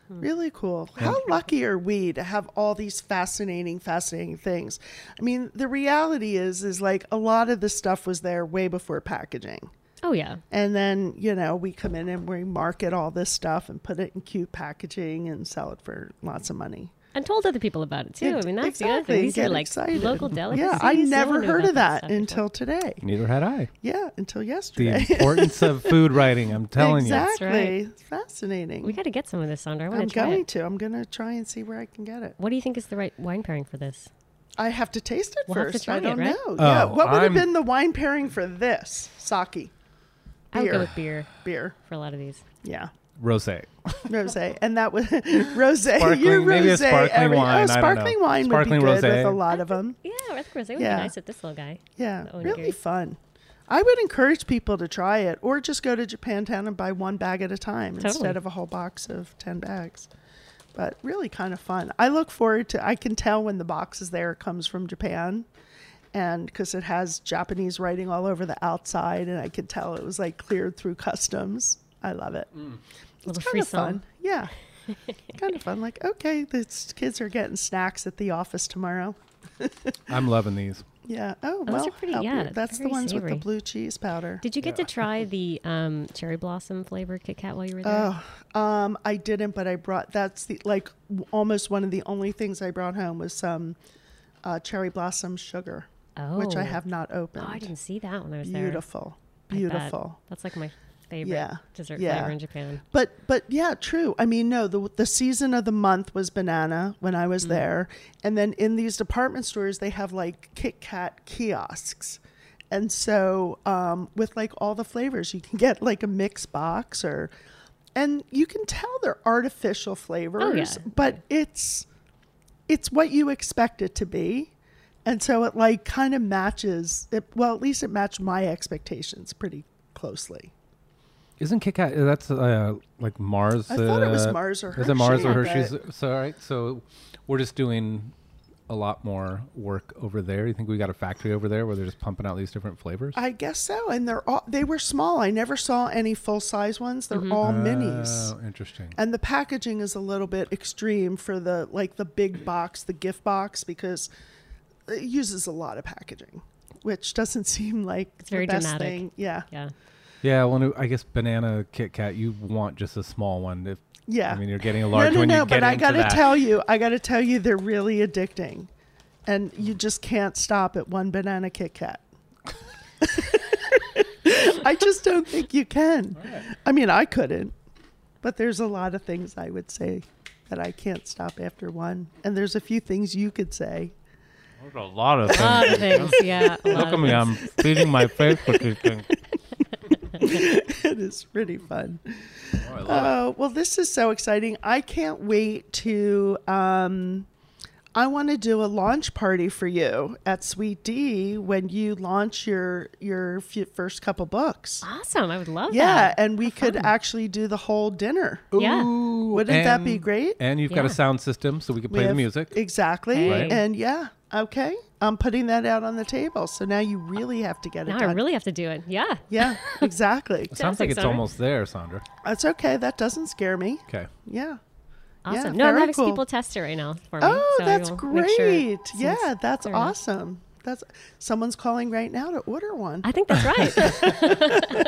Speaker 4: Hmm.
Speaker 3: really cool. How lucky are we to have all these fascinating, fascinating things? I mean, the reality is, is like a lot of this stuff was there way before packaging.
Speaker 4: Oh yeah.
Speaker 3: And then, you know, we come in and we market all this stuff and put it in cute packaging and sell it for lots of money.
Speaker 4: And told other people about it too. I
Speaker 3: Ex-
Speaker 4: mean, that's the other
Speaker 3: exactly,
Speaker 4: thing. These
Speaker 3: get
Speaker 4: are like
Speaker 3: excited.
Speaker 4: local delicacies.
Speaker 3: Yeah, I
Speaker 4: No one
Speaker 3: never
Speaker 4: knew
Speaker 3: heard of
Speaker 4: about
Speaker 3: that
Speaker 4: stuff before.
Speaker 3: until today.
Speaker 2: neither had I.
Speaker 3: Yeah, until
Speaker 2: The
Speaker 3: yesterday. <laughs>
Speaker 2: importance of food writing. I'm telling
Speaker 3: exactly.
Speaker 4: That's
Speaker 3: Fascinating.
Speaker 4: We got to get some of this, Sandra. I want
Speaker 3: I'm
Speaker 4: to try
Speaker 3: going
Speaker 4: it.
Speaker 3: to. I'm going to try and see where I can get it.
Speaker 4: What do you think is the right wine pairing for this?
Speaker 3: I have to taste it
Speaker 4: We'll have to
Speaker 3: first. I
Speaker 4: try it,
Speaker 3: don't
Speaker 4: right?
Speaker 3: know. yeah.
Speaker 2: Oh,
Speaker 3: What would have
Speaker 2: I'm-
Speaker 3: been the wine pairing for this? Sake,
Speaker 4: I would
Speaker 3: Beer.
Speaker 4: go with beer
Speaker 3: beer.
Speaker 4: for a lot of these.
Speaker 3: Yeah.
Speaker 2: you, rosé.
Speaker 3: Rosé, and that was <laughs> rosé. Your
Speaker 2: Sparkling-
Speaker 3: rosé,
Speaker 2: maybe a sparkling
Speaker 3: every-
Speaker 2: wine, I
Speaker 3: Oh,
Speaker 2: don't know.
Speaker 3: sparkling wine
Speaker 2: Sparkling
Speaker 3: would be good
Speaker 2: rosé.
Speaker 3: with a lot of them.
Speaker 4: Yeah, I think rosé would
Speaker 3: Yeah.
Speaker 4: be nice at this little guy.
Speaker 3: Yeah,
Speaker 4: Oh,
Speaker 3: really
Speaker 4: okay.
Speaker 3: fun. I would encourage people to try it, or just go to Japantown and buy one bag at a time instead
Speaker 4: Totally.
Speaker 3: of a whole box of ten bags. But really, kind of fun. I look forward to. I can tell when the box is there it comes from Japan, and because it has Japanese writing all over the outside, and I could tell it was like cleared through customs. I love it.
Speaker 4: little
Speaker 3: It's kind
Speaker 4: free
Speaker 3: of fun. Yeah. kind of fun. Like, okay, these kids are getting snacks at the office tomorrow.
Speaker 2: I'm loving these.
Speaker 3: Yeah. Oh,
Speaker 4: Those
Speaker 3: well,
Speaker 4: are pretty-
Speaker 3: how
Speaker 4: yeah,
Speaker 3: weird. That's the
Speaker 4: very
Speaker 3: ones with
Speaker 4: savory.
Speaker 3: the blue cheese powder.
Speaker 4: Did you get to try the um, cherry blossom flavored Kit Kat while you were there?
Speaker 3: Oh, um, I didn't, but I brought. That's the like w- almost one of the only things I brought home was some uh, cherry blossom sugar, which I
Speaker 4: Oh.
Speaker 3: have not
Speaker 4: Oh,
Speaker 3: opened.
Speaker 4: I didn't see that when I was there.
Speaker 3: Beautiful,
Speaker 4: I bet.
Speaker 3: beautiful.
Speaker 4: That's like my favorite
Speaker 3: Yeah.
Speaker 4: dessert
Speaker 3: Yeah.
Speaker 4: flavor in Japan.
Speaker 3: But but yeah, true. I mean, no, the the season of the month was banana when I was there, and then in these department stores they have like Kit Kat kiosks, and so um, with like all the flavors, you can get like a mix box or, and you can tell they're artificial flavors, but it's it's what you expect it to be. And so it like kind of matches it. Well, at least it matched my expectations pretty closely.
Speaker 2: Isn't Kit Kat? uh, That's uh, like Mars.
Speaker 3: I thought it was
Speaker 2: uh,
Speaker 3: Mars or
Speaker 2: Is it Mars or
Speaker 3: Hershey,
Speaker 2: Hershey's? So all right, so we're just doing a lot more work over there. You think we got a factory over there where they're just pumping out these different flavors?
Speaker 3: I guess so. And they're all they were small. I never saw any full size ones.
Speaker 4: Mm-hmm.
Speaker 3: They're all minis.
Speaker 2: Oh, interesting.
Speaker 3: And the packaging is a little bit extreme for the like the big box, the gift box, because it uses a lot of packaging, which doesn't <laughs> seem like it's
Speaker 4: very
Speaker 3: the best
Speaker 4: dramatic.
Speaker 3: thing. Yeah,
Speaker 4: Yeah.
Speaker 2: Yeah, well, no, I guess banana Kit Kat. You want just a small one. If
Speaker 3: yeah.
Speaker 2: I mean, you're getting a large
Speaker 3: no, no,
Speaker 2: one.
Speaker 3: no.
Speaker 2: you get
Speaker 3: but I
Speaker 2: into
Speaker 3: gotta
Speaker 2: that.
Speaker 3: tell you, I gotta tell you, they're really addicting, and you just can't stop at one banana Kit Kat. <laughs> I just don't think you can. I mean, I couldn't, but there's a lot of things I would say that I can't stop after one, and there's a few things you could say.
Speaker 2: There's a lot of
Speaker 4: A lot
Speaker 3: Uh,
Speaker 2: things.
Speaker 4: of things. Yeah. A lot
Speaker 2: Look at
Speaker 4: of
Speaker 2: me,
Speaker 4: things.
Speaker 2: I'm feeding my face with these things.
Speaker 3: <laughs> it is pretty fun.
Speaker 2: I
Speaker 3: Oh, well, this is so exciting. I can't wait to. Um, I want to do a launch party for you at Sweet D when you launch your your f- first couple books.
Speaker 4: Awesome. I would love
Speaker 3: Yeah,
Speaker 4: that.
Speaker 3: and we could actually do the whole dinner.
Speaker 4: Yeah.
Speaker 3: Wouldn't that be
Speaker 2: and-
Speaker 3: great?
Speaker 2: And you've got a
Speaker 4: Yeah.
Speaker 2: sound system, so we can
Speaker 3: We
Speaker 2: play the
Speaker 3: have-
Speaker 2: music.
Speaker 3: Exactly.
Speaker 4: Hey.
Speaker 3: And yeah, okay. I'm putting that out on the table. So now you really have to get it
Speaker 4: Now I
Speaker 3: done.
Speaker 4: really have to do it. Yeah.
Speaker 3: yeah, exactly.
Speaker 2: Sounds like
Speaker 4: like
Speaker 2: it's
Speaker 4: Sandra.
Speaker 2: almost there, Sandra.
Speaker 3: That's okay. That doesn't scare me.
Speaker 2: Okay.
Speaker 3: Yeah.
Speaker 4: Awesome.
Speaker 3: Yeah,
Speaker 4: no, I'm
Speaker 3: very
Speaker 4: having
Speaker 3: cool.
Speaker 4: people test it right now for me.
Speaker 3: Oh,
Speaker 4: so I
Speaker 3: that's
Speaker 4: will make sure it
Speaker 3: great.
Speaker 4: seems
Speaker 3: yeah, that's
Speaker 4: clear enough.
Speaker 3: awesome. That's someone's calling right now to order one.
Speaker 4: I think that's
Speaker 3: <laughs>
Speaker 4: right.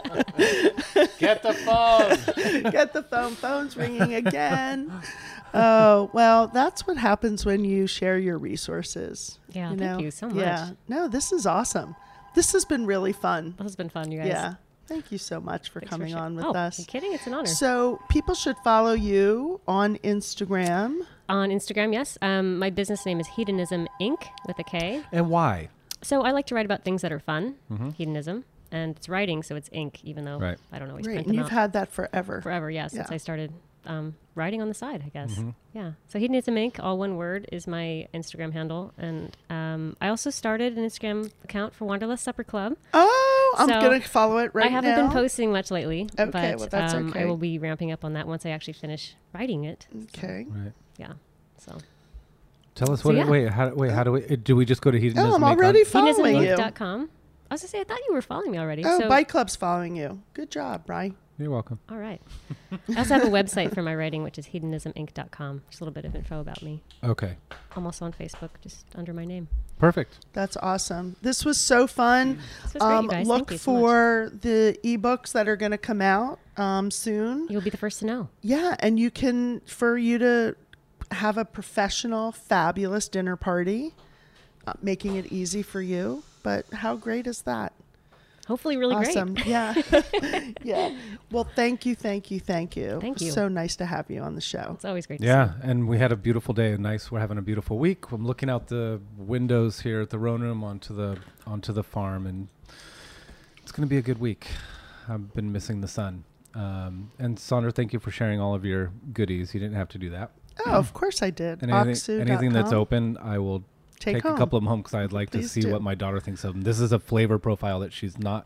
Speaker 5: Get the phone.
Speaker 3: Get the phone. Phone's ringing again. <laughs> Oh well, that's what happens when you share your resources.
Speaker 4: Yeah,
Speaker 3: you
Speaker 4: thank
Speaker 3: know?
Speaker 4: you so
Speaker 3: Yeah.
Speaker 4: much.
Speaker 3: No, this is awesome. This has been really fun.
Speaker 4: this has been fun, you guys.
Speaker 3: Yeah. Thank you so much for
Speaker 4: Thanks for
Speaker 3: coming
Speaker 4: sha-
Speaker 3: on with
Speaker 4: oh,
Speaker 3: us.
Speaker 4: you kidding? It's an honor.
Speaker 3: So people should follow you on Instagram.
Speaker 4: On Instagram, yes. Um, my business name is Hedonism Inc. with a K.
Speaker 2: And why?
Speaker 4: So I like to write about things that are fun, hedonism, and it's writing, so it's ink, even though
Speaker 2: Right.
Speaker 4: I don't always
Speaker 3: Right.
Speaker 4: print
Speaker 3: And
Speaker 4: them
Speaker 3: you've
Speaker 4: out
Speaker 3: had that forever.
Speaker 4: forever. Yeah, since
Speaker 3: Yeah.
Speaker 4: I started um, writing on the side, I guess. Yeah. So hedonism ink, all one word, is my Instagram handle, and um, I also started an Instagram account for Wanderlust Supper Club.
Speaker 3: Oh, I'm
Speaker 4: So,
Speaker 3: gonna follow it right
Speaker 4: I haven't
Speaker 3: now.
Speaker 4: been posting much lately,
Speaker 3: Okay,
Speaker 4: but
Speaker 3: well, that's
Speaker 4: um,
Speaker 3: okay. Mm.
Speaker 4: I will be ramping up on that once I actually finish writing it.
Speaker 3: Okay.
Speaker 2: Right.
Speaker 4: Yeah. So
Speaker 2: Tell us
Speaker 4: So,
Speaker 2: what. it-
Speaker 4: yeah.
Speaker 2: Wait, how, wait, how do we? uh, Do we just go to hedonism?
Speaker 3: Oh, I'm
Speaker 2: Inc. on-
Speaker 3: already following you.
Speaker 4: hedonisminc.com. I was gonna say I thought you were following me already.
Speaker 3: Oh,
Speaker 4: so
Speaker 3: Bike Club's following you. Good job, Bry.
Speaker 2: You're welcome.
Speaker 4: All right. I also have a website for my writing, which is hedonisminc.com. Just a little bit of info about me.
Speaker 2: Okay.
Speaker 4: I'm also on Facebook, just under my name.
Speaker 2: Perfect.
Speaker 3: That's awesome. This was so fun. Um,
Speaker 4: This was great, you guys.
Speaker 3: Look
Speaker 4: Thank you so much.
Speaker 3: for the ebooks that are going to come out um, soon.
Speaker 4: You'll be the first to know.
Speaker 3: Yeah, and you can for you to have a professional, fabulous dinner party, uh, making it easy for you. But how great is that?
Speaker 4: Hopefully, really
Speaker 3: awesome.
Speaker 4: <laughs> great.
Speaker 3: Yeah. <laughs> yeah. Well, thank you, thank you, thank you.
Speaker 4: Thank you.
Speaker 3: So nice to have you on the show.
Speaker 4: It's always great. To
Speaker 2: Yeah, and we had a beautiful day. A nice. We're having a beautiful week. I'm looking out the windows here at the Roan Room onto the onto the farm, and it's going to be a good week. I've been missing the sun. Um, and Sonder, thank you for sharing all of your goodies. You didn't have to do that.
Speaker 3: Oh, of course I did.
Speaker 2: And anything,
Speaker 3: Oxu.com.
Speaker 2: anything that's open, I will
Speaker 3: Take
Speaker 2: take, a
Speaker 3: home.
Speaker 2: couple of them home because I'd like
Speaker 3: Please
Speaker 2: to see
Speaker 3: do.
Speaker 2: what my daughter thinks of them. This is a flavor profile that she's not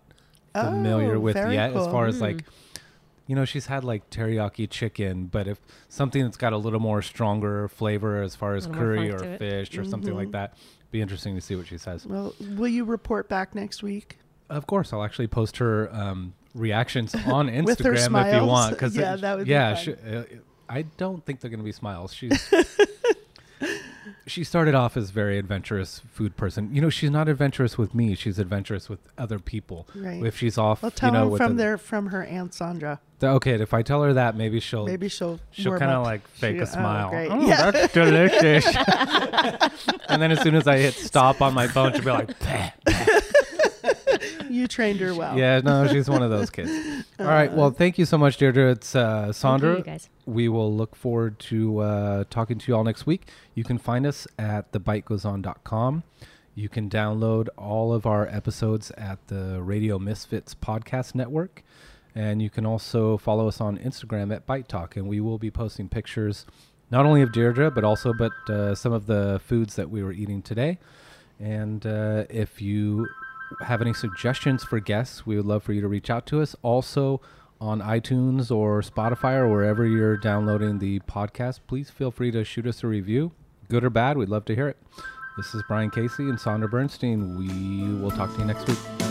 Speaker 3: Oh,
Speaker 2: familiar with
Speaker 3: very
Speaker 2: yet, as
Speaker 3: cool. Hmm.
Speaker 2: far as like, you know, she's had like teriyaki chicken, but if something that's got a little more stronger flavor as far as
Speaker 4: Little more
Speaker 2: curry
Speaker 4: funk to
Speaker 2: or
Speaker 4: it.
Speaker 2: fish or something
Speaker 3: Mm-hmm.
Speaker 2: like that, be interesting to see what she says.
Speaker 3: Well, will you report back next week?
Speaker 2: Of course, I'll actually post her um,
Speaker 3: <laughs>
Speaker 2: reactions on Instagram
Speaker 3: With her
Speaker 2: if you
Speaker 3: smiles.
Speaker 2: want. Because
Speaker 3: Yeah, that would be
Speaker 2: yeah.
Speaker 3: fun.
Speaker 2: she- uh, I don't think they're going to be smiles.
Speaker 3: <laughs>
Speaker 2: She's she started off as very adventurous food person. You know, she's not adventurous with me. She's adventurous with other people.
Speaker 3: Right.
Speaker 2: If she's off,
Speaker 3: Well, tell
Speaker 2: you know,
Speaker 3: him
Speaker 2: with
Speaker 3: from
Speaker 2: the-
Speaker 3: their from her aunt Sandra.
Speaker 2: the- okay. If I tell her that, maybe she'll
Speaker 3: Maybe she'll
Speaker 2: she'll
Speaker 3: warm
Speaker 2: kind of
Speaker 3: up.
Speaker 2: like fake
Speaker 3: She-
Speaker 2: a
Speaker 3: oh,
Speaker 2: smile.
Speaker 3: great.
Speaker 2: "Oh,
Speaker 3: yeah.
Speaker 2: that's
Speaker 3: <laughs>
Speaker 2: delicious. and then as soon as I hit stop on my phone, she'll be
Speaker 3: <laughs>
Speaker 2: like, "Bleh."
Speaker 3: you trained her well.
Speaker 2: Yeah, no, she's one of those
Speaker 3: <laughs>
Speaker 2: kids. All right.
Speaker 3: Uh-huh.
Speaker 2: Well, thank you so much, Deirdre. It's uh,
Speaker 4: Thank you,
Speaker 2: Sandra.
Speaker 4: you guys.
Speaker 2: We will look forward to uh, talking to you all next week. You can find us at thebitegoeson.com. You can download all of our episodes at the Radio Misfits Podcast Network. And you can also follow us on Instagram at Bite Talk. And we will be posting pictures not only of Deirdre, but also but uh, some of the foods that we were eating today. And uh, if you have any suggestions for guests, we would love for you to reach out to us. Also, on iTunes or Spotify or wherever you're downloading the podcast, please feel free to shoot us a review, good or bad. We'd love to hear it. This is Brian Casey and Sandra Bernstein. We will talk to you next week.